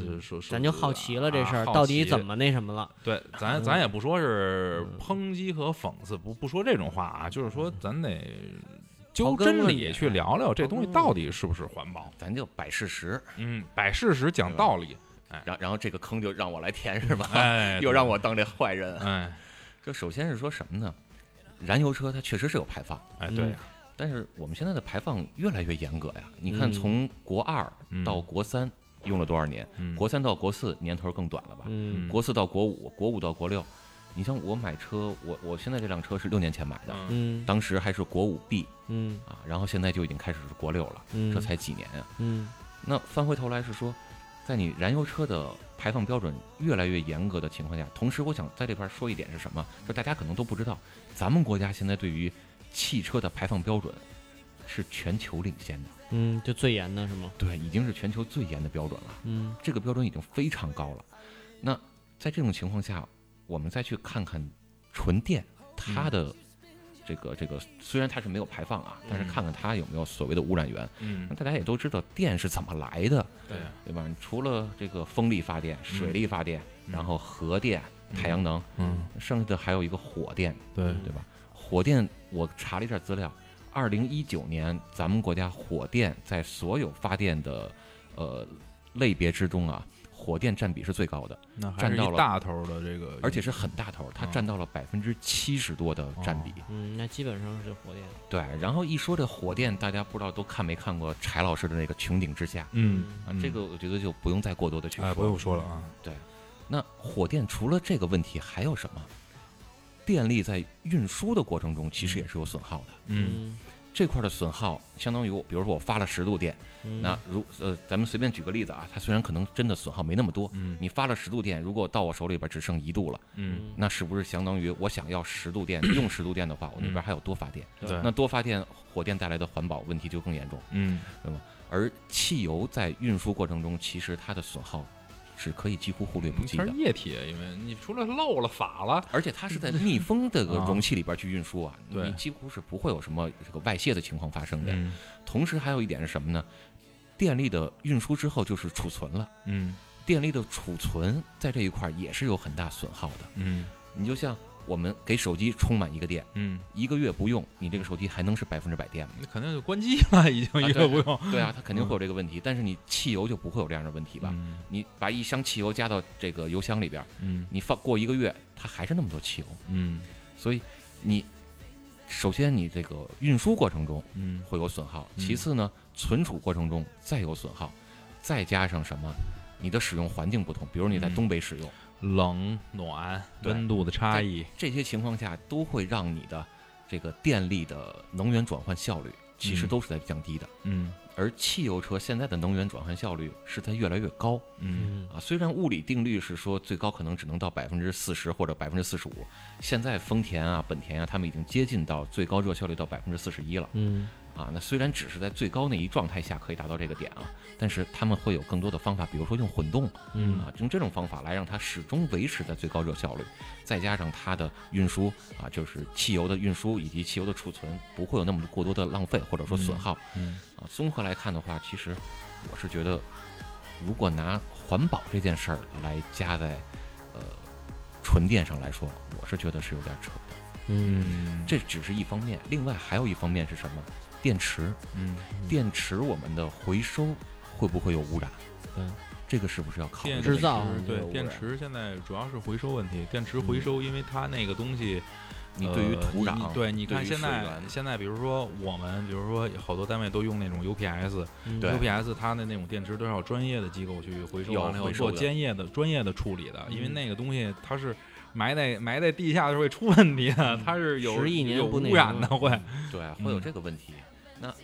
S2: 嗯
S1: 说，说
S2: 咱就好奇了这事儿、
S1: 啊好奇
S2: 到底怎么那什么了？
S1: 对，咱咱也不说是
S3: 嗯
S1: 抨击和讽刺，不不说这种话啊，就是说咱得
S2: 嗯刨
S1: 就
S2: 根
S1: 真
S2: 问
S1: 理
S2: 底
S1: 去聊聊这东西
S2: 刨根问底
S1: 到底是不是环保。
S3: 咱就摆事实，
S1: 嗯，摆事实讲道
S3: [laughs]
S1: 理，
S3: 然然后这个坑就让我来填是吧？
S1: 哎，
S3: [laughs] 又让
S1: 我
S3: 我当这坏人。啊
S1: 哎
S3: 这首先是说什么呢？燃油车它确实是有排放，
S1: 哎
S2: 嗯
S1: 对呀，
S3: 但是我们现在的排放越来越严格呀。你看，
S2: 嗯
S3: 从国二
S1: 嗯
S3: 到国三用了多少年？
S1: 嗯
S3: 国三到国四年头更短了吧？
S1: 嗯
S2: 嗯
S3: 国四到国五，国五到国六，你像我买车，我我现在这辆车是六年前买的，
S1: 嗯
S2: 嗯
S3: 当时还是国五 B
S2: 嗯
S3: 啊，然后现在就已经开始是国六了，
S2: 嗯，
S3: 这才几年啊。
S2: 嗯
S3: 那翻回头来是说，在你燃油车的排放标准越来越严格的情况下，同时我想在这块儿说一点是什么，就大家可能都不知道，咱们国家现在对于汽车的排放标准是全球领先的，
S2: 嗯，就最严的是吗？
S3: 对，已经是全球最严的标准了，
S2: 嗯
S3: 这个标准已经非常高了。那在这种情况下，我们再去看看纯电它的这个这个，虽然它是没有排放啊，但是
S1: 嗯
S3: 看看它有没有所谓的污染源。
S1: 嗯
S3: 那，大家也都知道电是怎么来的，
S1: 对，
S3: 对吧？除了这个风力发电、水力发电，
S1: 嗯
S3: 然后核电、
S1: 嗯
S3: 太阳能，
S1: 嗯，
S3: 剩下的还有一个火电，
S1: 对，
S3: 对吧？火电我查了一下资料，二零一九年咱们国家火电在所有发电的呃类别之中啊，火电占比是最高的，
S1: 那还
S3: 占
S1: 是
S3: 到
S1: 一
S3: 了
S1: 大头的这个，
S3: 而且是很大头，它
S1: 嗯哦
S3: 占到了百分之七十多的占比。
S2: 嗯，那基本上是火电。
S3: 对，然后一说这火电，大家不知道都看没看过柴老师的那个《穹顶之下》
S1: 嗯，
S3: 啊
S1: 嗯，
S3: 这个我觉得就不用再过多的去说
S1: 哎，
S3: 了。
S1: 不用说了啊，
S3: 那火电除了这个问题还有什么？电力在运输的过程中其实也是有损耗的，
S1: 嗯
S3: 这块儿的损耗相当于我，比如说我发了十度电，
S2: 嗯，
S3: 那如呃，咱们随便举个例子啊，它虽然可能真的损耗没那么多，
S1: 嗯
S3: 你发了十度电，如果到我手里边只剩一度了，
S1: 嗯，
S3: 那是不是相当于我想要十度电用十度电的话，我那边还有多发电？
S2: 嗯
S1: 对，
S3: 那多发电，火电带来的环保问题就更严重。
S1: 嗯
S3: 而汽油在运输过程中，其实它的损耗是可以几乎忽略不计
S1: 它
S3: 的
S1: 嗯是。液体，因为你除了漏了法了，
S3: 而且它是在密封这个容器里边去运输啊，
S1: 对
S3: 你几乎是不会有什么这个外泄的情况发生的。
S1: 嗯
S3: 同时还有一点是什么呢？电力的运输之后就是储存了，
S1: 嗯
S3: 电力的储存在这一块儿也是有很大损耗的。
S1: 嗯
S3: 你就像我们给手机充满一个电，
S1: 嗯，
S3: 一个月不用，你这个手机还能是百分之百电吗？
S1: 那肯定就关机了，已经
S3: 啊
S1: 一个
S3: 对
S1: 不用，
S3: 对啊，它肯定会有这个问题。但是你汽油就不会有这样的问题吧？
S1: 嗯
S3: 你把一箱汽油加到这个油箱里边儿，
S1: 嗯
S3: 你放过一个月，它还是那么多汽油。
S1: 嗯
S3: 所以你首先你这个运输过程中
S1: 嗯
S3: 会有损耗，
S1: 嗯
S3: 其次呢，存储过程中再有损耗，再加上什么？你的使用环境不同，比如你在
S1: 嗯
S3: 东北使用，
S1: 冷暖
S3: 对
S1: 温度的差异，
S3: 这些情况下都会让你的这个电力的能源转换效率其实
S1: 嗯
S3: 都是在降低的。
S1: 嗯
S3: 而汽油车现在的能源转换效率是在越来越高
S1: 嗯
S2: 嗯
S3: 啊，虽然物理定律是说最高可能只能到百分之四十或者百分之四十五，现在丰田啊、本田啊，他们已经接近到最高热效率到百分之四十一了。
S2: 嗯
S3: 啊，那虽然只是在最高那一状态下可以达到这个点啊，但是他们会有更多的方法，比如说用混动
S2: 嗯
S3: 啊，用这种方法来让它始终维持在最高热效率，再加上它的运输啊，就是汽油的运输以及汽油的储存，不会有那么过多的浪费或者说损耗
S1: 嗯
S3: 啊。综合来看的话，其实我是觉得，如果拿环保这件事儿来加在呃纯电上来说，我是觉得是有点扯的。
S2: 嗯
S1: 嗯
S3: 这只是一方面，另外还有一方面是什么？电池。
S1: 嗯
S3: 电池我们的回收会不会有污染？
S2: 嗯，
S3: 这个是不是要考虑
S1: 电
S3: 的？
S1: 池
S2: 制造
S1: 对
S3: 有
S1: 电
S3: 污染
S1: 池现在主要是回收问题，电池回收，因为它那个东西。
S3: 你对于
S1: 呃
S3: 土
S1: 你
S3: 壤，
S1: 你对，你看
S3: 于
S1: 现
S3: 水
S1: 在
S3: 源
S1: 现在，比如说我们，比如说好多单位都用那种 UPS，UPS
S2: 嗯
S3: 对
S1: 它的那种电池都是要专业的机构去回收，
S3: 有
S1: 完了以后
S3: 回收
S1: 做
S3: 的
S1: 专业的专业的处理的，因为
S2: 嗯
S1: 那个东西它是埋在埋在地下是会出问题
S3: 嗯
S1: 的，它是有
S2: 十亿年
S1: 有
S2: 不那
S1: 污染的
S2: 什么
S1: 会，
S3: 对会
S1: 嗯
S3: 有这个问题。那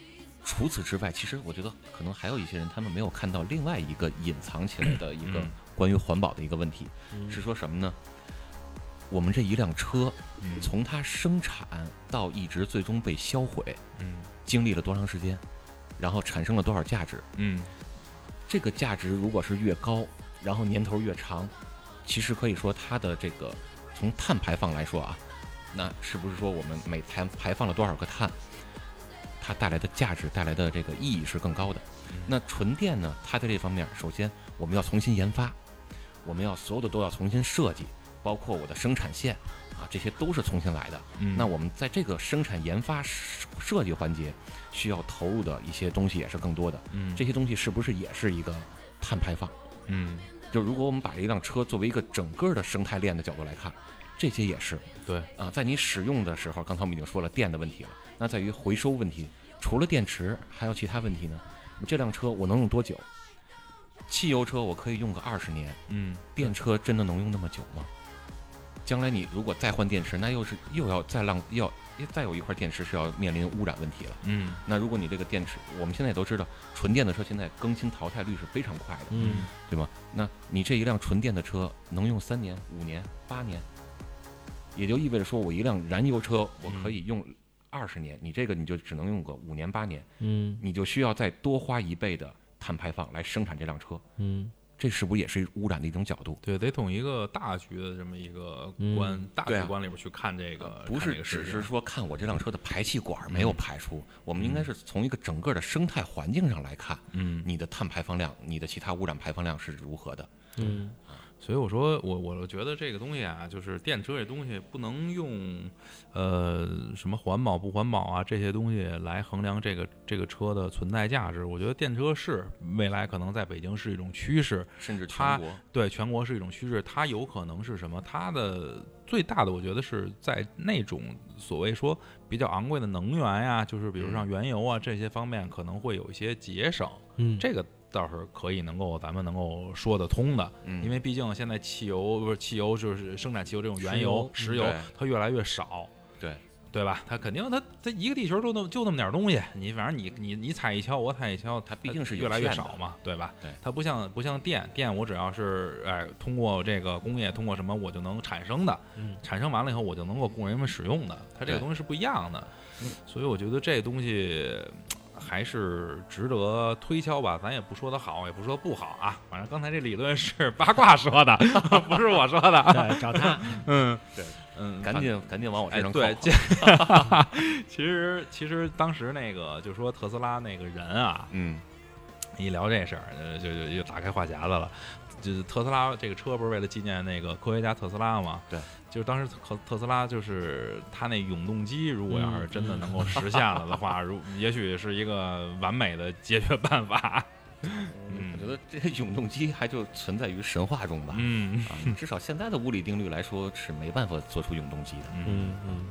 S3: 除此之外，其实我觉得可能还有一些人他们没有看到另外一个隐藏起来的一个
S1: 嗯
S3: [clears throat] 关于环保的一个问题，
S2: 嗯
S3: 是说什么呢？我们这一辆车
S1: 嗯
S3: 从它生产到一直最终被销毁，
S1: 嗯
S3: 经历了多长时间，然后产生了多少价值？
S1: 嗯
S3: 这个价值如果是越高，然后年头越长，其实可以说它的这个从碳排放来说啊，那是不是说我们每排排放了多少个碳，它带来的价值带来的这个意义是更高的
S1: 嗯？
S3: 那纯电呢？它在这方面，首先我们要重新研发，我们要所有的都要重新设计，包括我的生产线啊，这些都是重新来的。
S1: 嗯，
S3: 那我们在这个生产研发设设计环节需要投入的一些东西也是更多的。
S1: 嗯
S3: 这些东西是不是也是一个碳排放？
S1: 嗯
S3: 就如果我们把一辆车作为一个整个的生态链的角度来看，这些也是
S1: 对
S3: 啊，在你使用的时候，刚才我们已经说了电的问题了，那在于回收问题，除了电池，还有其他问题呢？这辆车我能用多久？汽油车我可以用个二十年，
S1: 嗯
S3: 电车真的能用那么久吗？将来你如果再换电池，那又是又要再浪要再有一块电池是要面临污染问题了。
S1: 嗯
S3: 那如果你这个电池，我们现在也都知道，纯电的车现在更新淘汰率是非常快的，
S2: 嗯，
S3: 对吗？那你这一辆纯电的车能用三年、五年、八年，也就意味着说我一辆燃油车我可以用二十年，你这个你就只能用个五年八年，
S2: 嗯
S3: 你就需要再多花一倍的碳排放来生产这辆车，
S2: 嗯
S3: 这是不是也是污染的一种角度？
S1: 对，得从一个大局的这么一个观、大
S3: 对
S1: 局
S3: 啊
S1: 观里边去看这个，
S3: 不
S1: 看这个
S3: 是
S1: 事
S3: 只是
S1: 情。
S3: 说看我这辆车的排气管没有排出，我们应该是从一个整个的生态环境上来看，
S1: 嗯，
S3: 你的碳排放量、你的其他污染排放量是如何的。
S2: 嗯
S1: 所以我说我我觉得这个东西啊，就是电车这东西不能用，呃，什么环保不环保啊这些东西来衡量这个这个车的存在价值。我觉得电车是未来可能在北京是一种趋势，
S3: 甚至
S1: 它
S3: 全国，
S1: 对全国是一种趋势，它有可能是什么？它的最大的，我觉得是在那种所谓说比较昂贵的能源呀、就是比如像原油啊这些方面，可能会有一些节省。
S2: 嗯，
S1: 这个倒是可以能够咱们能够说得通的，
S3: 嗯
S1: 因为毕竟现在汽油不是汽油，就是生产汽油这种原油、石
S2: 石
S1: 油
S3: 油嗯对，
S1: 它越来越少。
S3: 对。
S1: 对吧？它肯定，它它一个地球就那么就那么点儿东西，你反正你你你踩一锹，我踩一锹，它
S3: 毕竟是有
S1: 越来越
S3: 限的
S1: 少嘛，对吧？
S3: 对
S1: 它不像不像电，电我只要是哎通过这个工业，通过什么我就能产生的，
S2: 嗯
S1: 产生完了以后我就能够供人们使用的，它这个
S3: 对
S1: 东西是不一样的，所以我觉得这东西还是值得推敲吧，咱也不说它好，也不说不好啊，反正刚才这理论是八卦说的， [laughs] 不是我说的
S3: [laughs]
S1: 啊， [laughs]
S2: 对，找他，
S1: 嗯，
S3: 对，
S1: 嗯，
S3: 赶紧赶紧往我身
S1: 哎，
S3: 上靠。
S1: 对，这 [laughs] 其实其实当时那个就说特斯拉那个人啊，
S3: 嗯，
S1: 一聊这事儿，呃就就就打开话匣子了。就是特斯拉这个车不是为了纪念那个科学家特斯拉吗？
S3: 对，
S1: 就是当时特特斯拉就是他那永动机，如果要是
S2: 嗯
S1: 真的能够实现了的
S2: [laughs]
S1: 话，如也许是一个完美的解决办法。嗯
S3: 我觉得这 [laughs] 永动机还就存在于神话中吧。
S1: 嗯
S3: 啊，至少现在的物理定律来说是没办法做出永动机的。
S1: 嗯，
S2: 嗯嗯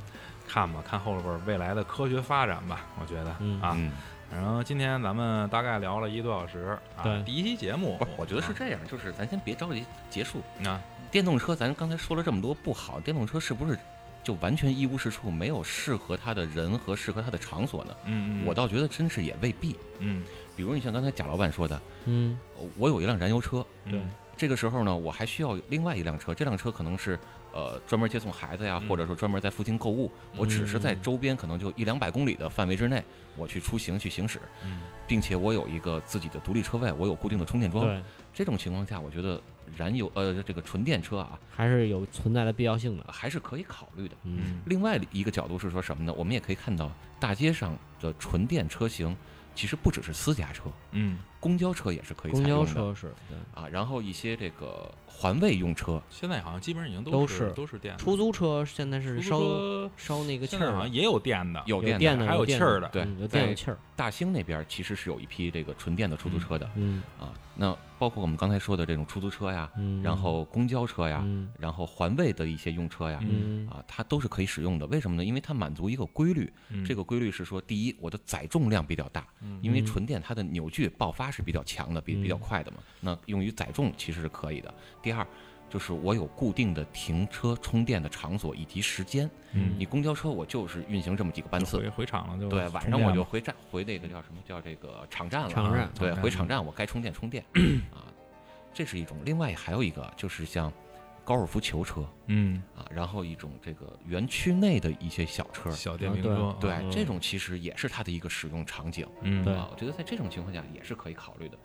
S1: 看吧，看后边未来的科学发展吧，我觉得
S2: 嗯
S1: 啊。
S3: 嗯，
S1: 然后今天咱们大概聊了一个多小时啊，
S2: 对
S1: 第一期节目
S3: 不是，我觉得是这样，就是咱先别着急结束。
S1: 啊，
S3: 电动车，咱刚才说了这么多不好，电动车是不是就完全一无是处，没有适合它的人和适合它的场所呢？
S1: 嗯，嗯
S3: 我倒觉得真是也未必。
S1: 嗯
S3: 比如你像刚才贾老板说的，
S2: 嗯
S3: 呃我有一辆燃油车，
S1: 嗯
S2: 对
S3: 这个时候呢，我还需要另外一辆车，这辆车可能是呃专门接送孩子呀，
S1: 嗯
S3: 或者说专门在附近购物。我只是
S2: 嗯
S3: 在周边可能就一两百公里的范围之内，我去出行去行驶，
S1: 嗯
S3: 并且我有一个自己的独立车位，我有固定的充电桩。
S2: 对，
S3: 这种情况下，我觉得燃油呃这个纯电车啊
S2: 还是有存在的必要性的，
S3: 还是可以考虑的。
S2: 嗯
S1: 嗯
S3: 另外一个角度是说什么呢？我们也可以看到大街上的纯电车型，其实不只是私家车，
S1: 嗯，
S3: 公交车也是可以采
S2: 公
S3: 用的。
S2: 交车是对。
S3: 啊，然后一些这个环卫用车，
S1: 现在好像基本上已经
S2: 都
S1: 是
S2: 是
S1: 都是电的
S2: 出租车现在是
S1: 出
S2: 烧
S1: 租车
S2: 烧那个气
S1: 现在
S2: 儿
S1: 好
S2: 嘛，
S1: 像也哎有电的，
S3: 有
S2: 有
S3: 电
S2: 电
S1: 的
S2: 的，
S1: 还有
S2: 电
S1: 气
S2: 的
S1: 儿的
S3: 对
S2: 嗯有电
S3: 在
S2: 有气儿，
S3: 大兴那边其实是有一批这个纯电的出租车的、
S2: 嗯
S3: 啊。那包括我们刚才说的这种出租车呀，
S2: 嗯，
S3: 然后公交车呀，
S2: 嗯
S3: 然后环卫的一些用车呀，
S2: 嗯
S3: 啊，它都是可以使用的。为什么呢？因为它满足一个规律，
S1: 嗯
S3: 这个规律是说，第一，我的载重量比较大，因为
S2: 嗯
S3: 纯电它的扭矩爆发是比较强的，比比较
S2: 嗯
S3: 快的嘛。那用于载重其实是可以的。第二，就是我有固定的停车充电的场所以及时间。
S1: 嗯
S3: 你公交车我就是运行这么几个班次，
S1: 回回厂了就
S3: 对，晚上我就回站，回那个叫什么叫这个场站了啊。
S2: 场站
S3: 对，
S1: 场
S3: 回
S1: 站
S3: 场站我该充电
S1: [clears throat]
S3: 充电啊，这是一种。另外还有一个就是像高尔夫球车
S1: 嗯
S3: 啊，然后一种这个园区内的一些小车，
S1: 小电瓶车
S2: 啊
S3: 对，
S2: 嗯
S3: 这种其实也是它的一个使用场景。
S1: 嗯
S2: 对
S3: 啊，我觉得在这种情况下也是可以考虑的，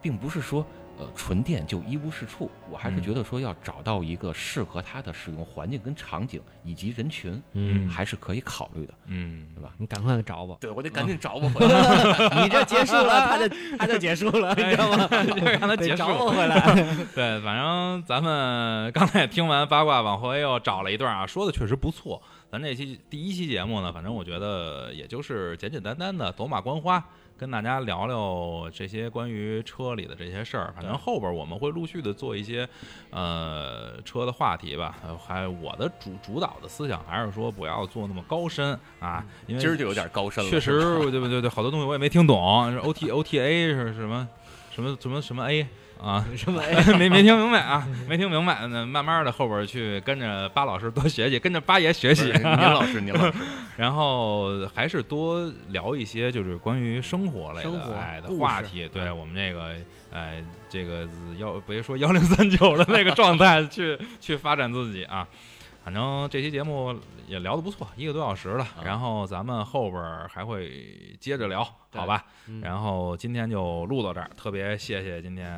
S3: 并不是说呃纯电就一无是处，我还是
S1: 嗯
S3: 觉得说要找到一个适合它的使用环境跟场景以及人群，
S1: 嗯
S3: 还是可以考虑的，
S1: 嗯
S3: 对吧？，
S2: 你赶快找吧
S1: [laughs]
S3: 对， [laughs] 我得赶紧找我回来。
S2: 你这结束了，他就他就结束了， [laughs] 你知道吗？ [laughs]
S1: 让哎他
S2: 得
S1: 结束
S2: 找我回来，
S1: 对，反正咱们 [laughs] 刚才也听完八卦，往回又找了一段啊，说的确实不错。咱这期第一期节目呢，反正我觉得也就是简简单单的走马观花，跟大家聊聊这些关于车里的这些事儿。反正后边我们会陆续的做一些呃车的话题吧。呃还我的主主导的思想还是说不要做那么高深啊，因为
S3: 今儿就有点高深了，
S1: 确实，对对对对，好多东西我也没听懂。O T O T A 是什么？什么什么什么 A 啊，[laughs]
S2: 什么 [laughs]
S1: 没没听明白啊，
S2: 嗯
S1: 没听明白呢，慢慢的后边去跟着巴老师多学习，跟着八爷学
S3: 不
S1: [laughs] 习
S3: 是，您老师，您
S1: [laughs]
S3: 老师，
S1: 然后还是多聊一些就是关于生活类
S2: 生
S1: 的
S2: 活
S1: 哎的
S2: 故
S1: 话
S2: 事
S1: 题。对我们这个哎这个幺别说幺零三九的那个状态
S2: [laughs]
S1: 去去发展自己啊。反正这期节目也聊得不错，一个多小时了。
S2: 啊
S1: 然后咱们后边儿还会接着聊，
S3: 对
S1: 好吧？
S2: 嗯
S1: 然后今天就录到这儿，特别谢谢今天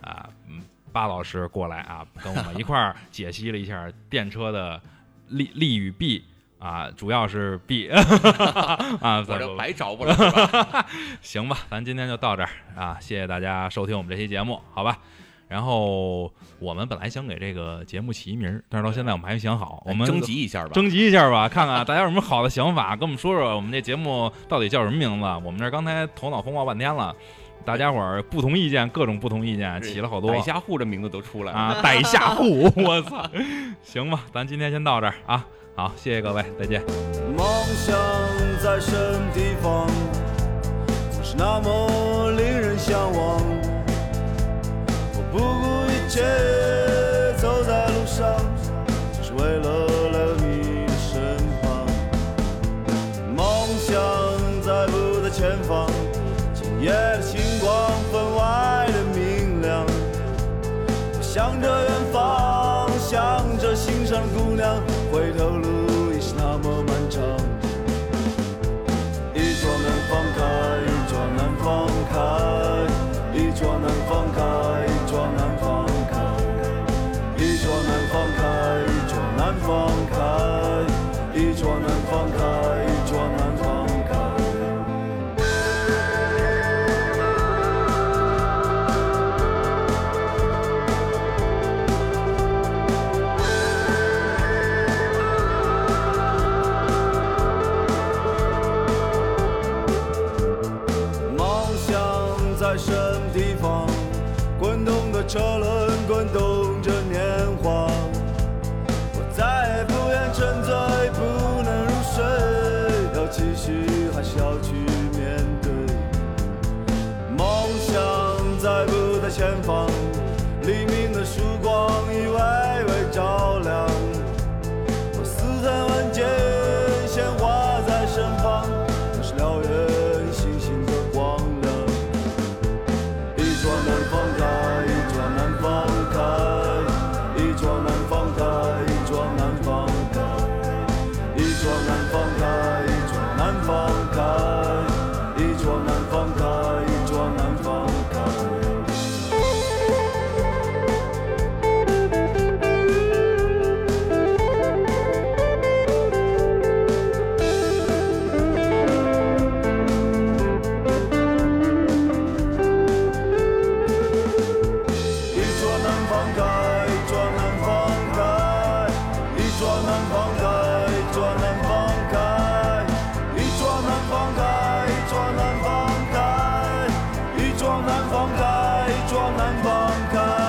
S1: 啊，嗯，巴老师过来啊，跟我们一块儿解析了一下电车的利利与弊啊，主要是弊 [laughs] 啊，
S3: 我
S1: 咱
S3: 这
S1: 们
S3: 白找不了是吧？
S1: 行吧，咱今天就到这儿啊，谢谢大家收听我们这期节目，好吧。然后我们本来想给这个节目起一名儿，但是到现在我们还没想好， [laughs] 我们
S3: 哎征集一下吧。
S1: 征集一下吧，看看大家有什么好的想法，跟我们说说我们这节目到底叫什么名字。我们这刚才头脑风暴半天了，大家伙儿不同意见，各种不同意见，起了好
S3: [laughs]
S1: 多
S3: 百家户这名字都出来了。
S1: 啊，带下户， [laughs] 我操！行吧，咱今天先到这儿啊，好，谢谢各位，再见。
S6: 梦想在什么地方，是那么令人向往。我不顾一切走在路上，只为了来到你的身旁。梦想在不在前方，今夜的星光分外的明亮。向着远方，向着心上的姑娘，回头路已是那么漫长。一桌南方开，一桌南方开，一桌南方开，一桌南方开，一桌南方开，一桌南方开，一桌南方开，一桌南方开。梦想在什么地方？滚动的车轮滚动着年华，我再也不愿沉醉，不能入睡，要继续还是要去面对？梦想在不在前方？黎明的曙光已微微照亮。我似曾闻见鲜花在盛放，那是辽远星星的光亮。一桌南方开，一桌南方开，一桌南方开，一桌南方开，一桌南方开，一桌南方开，一桌南方开，一桌南方开。一桌南方开，一桌南方开，一桌南方开，一桌南方开，一桌南方开，一桌南方开，一桌南方开，一桌南方开。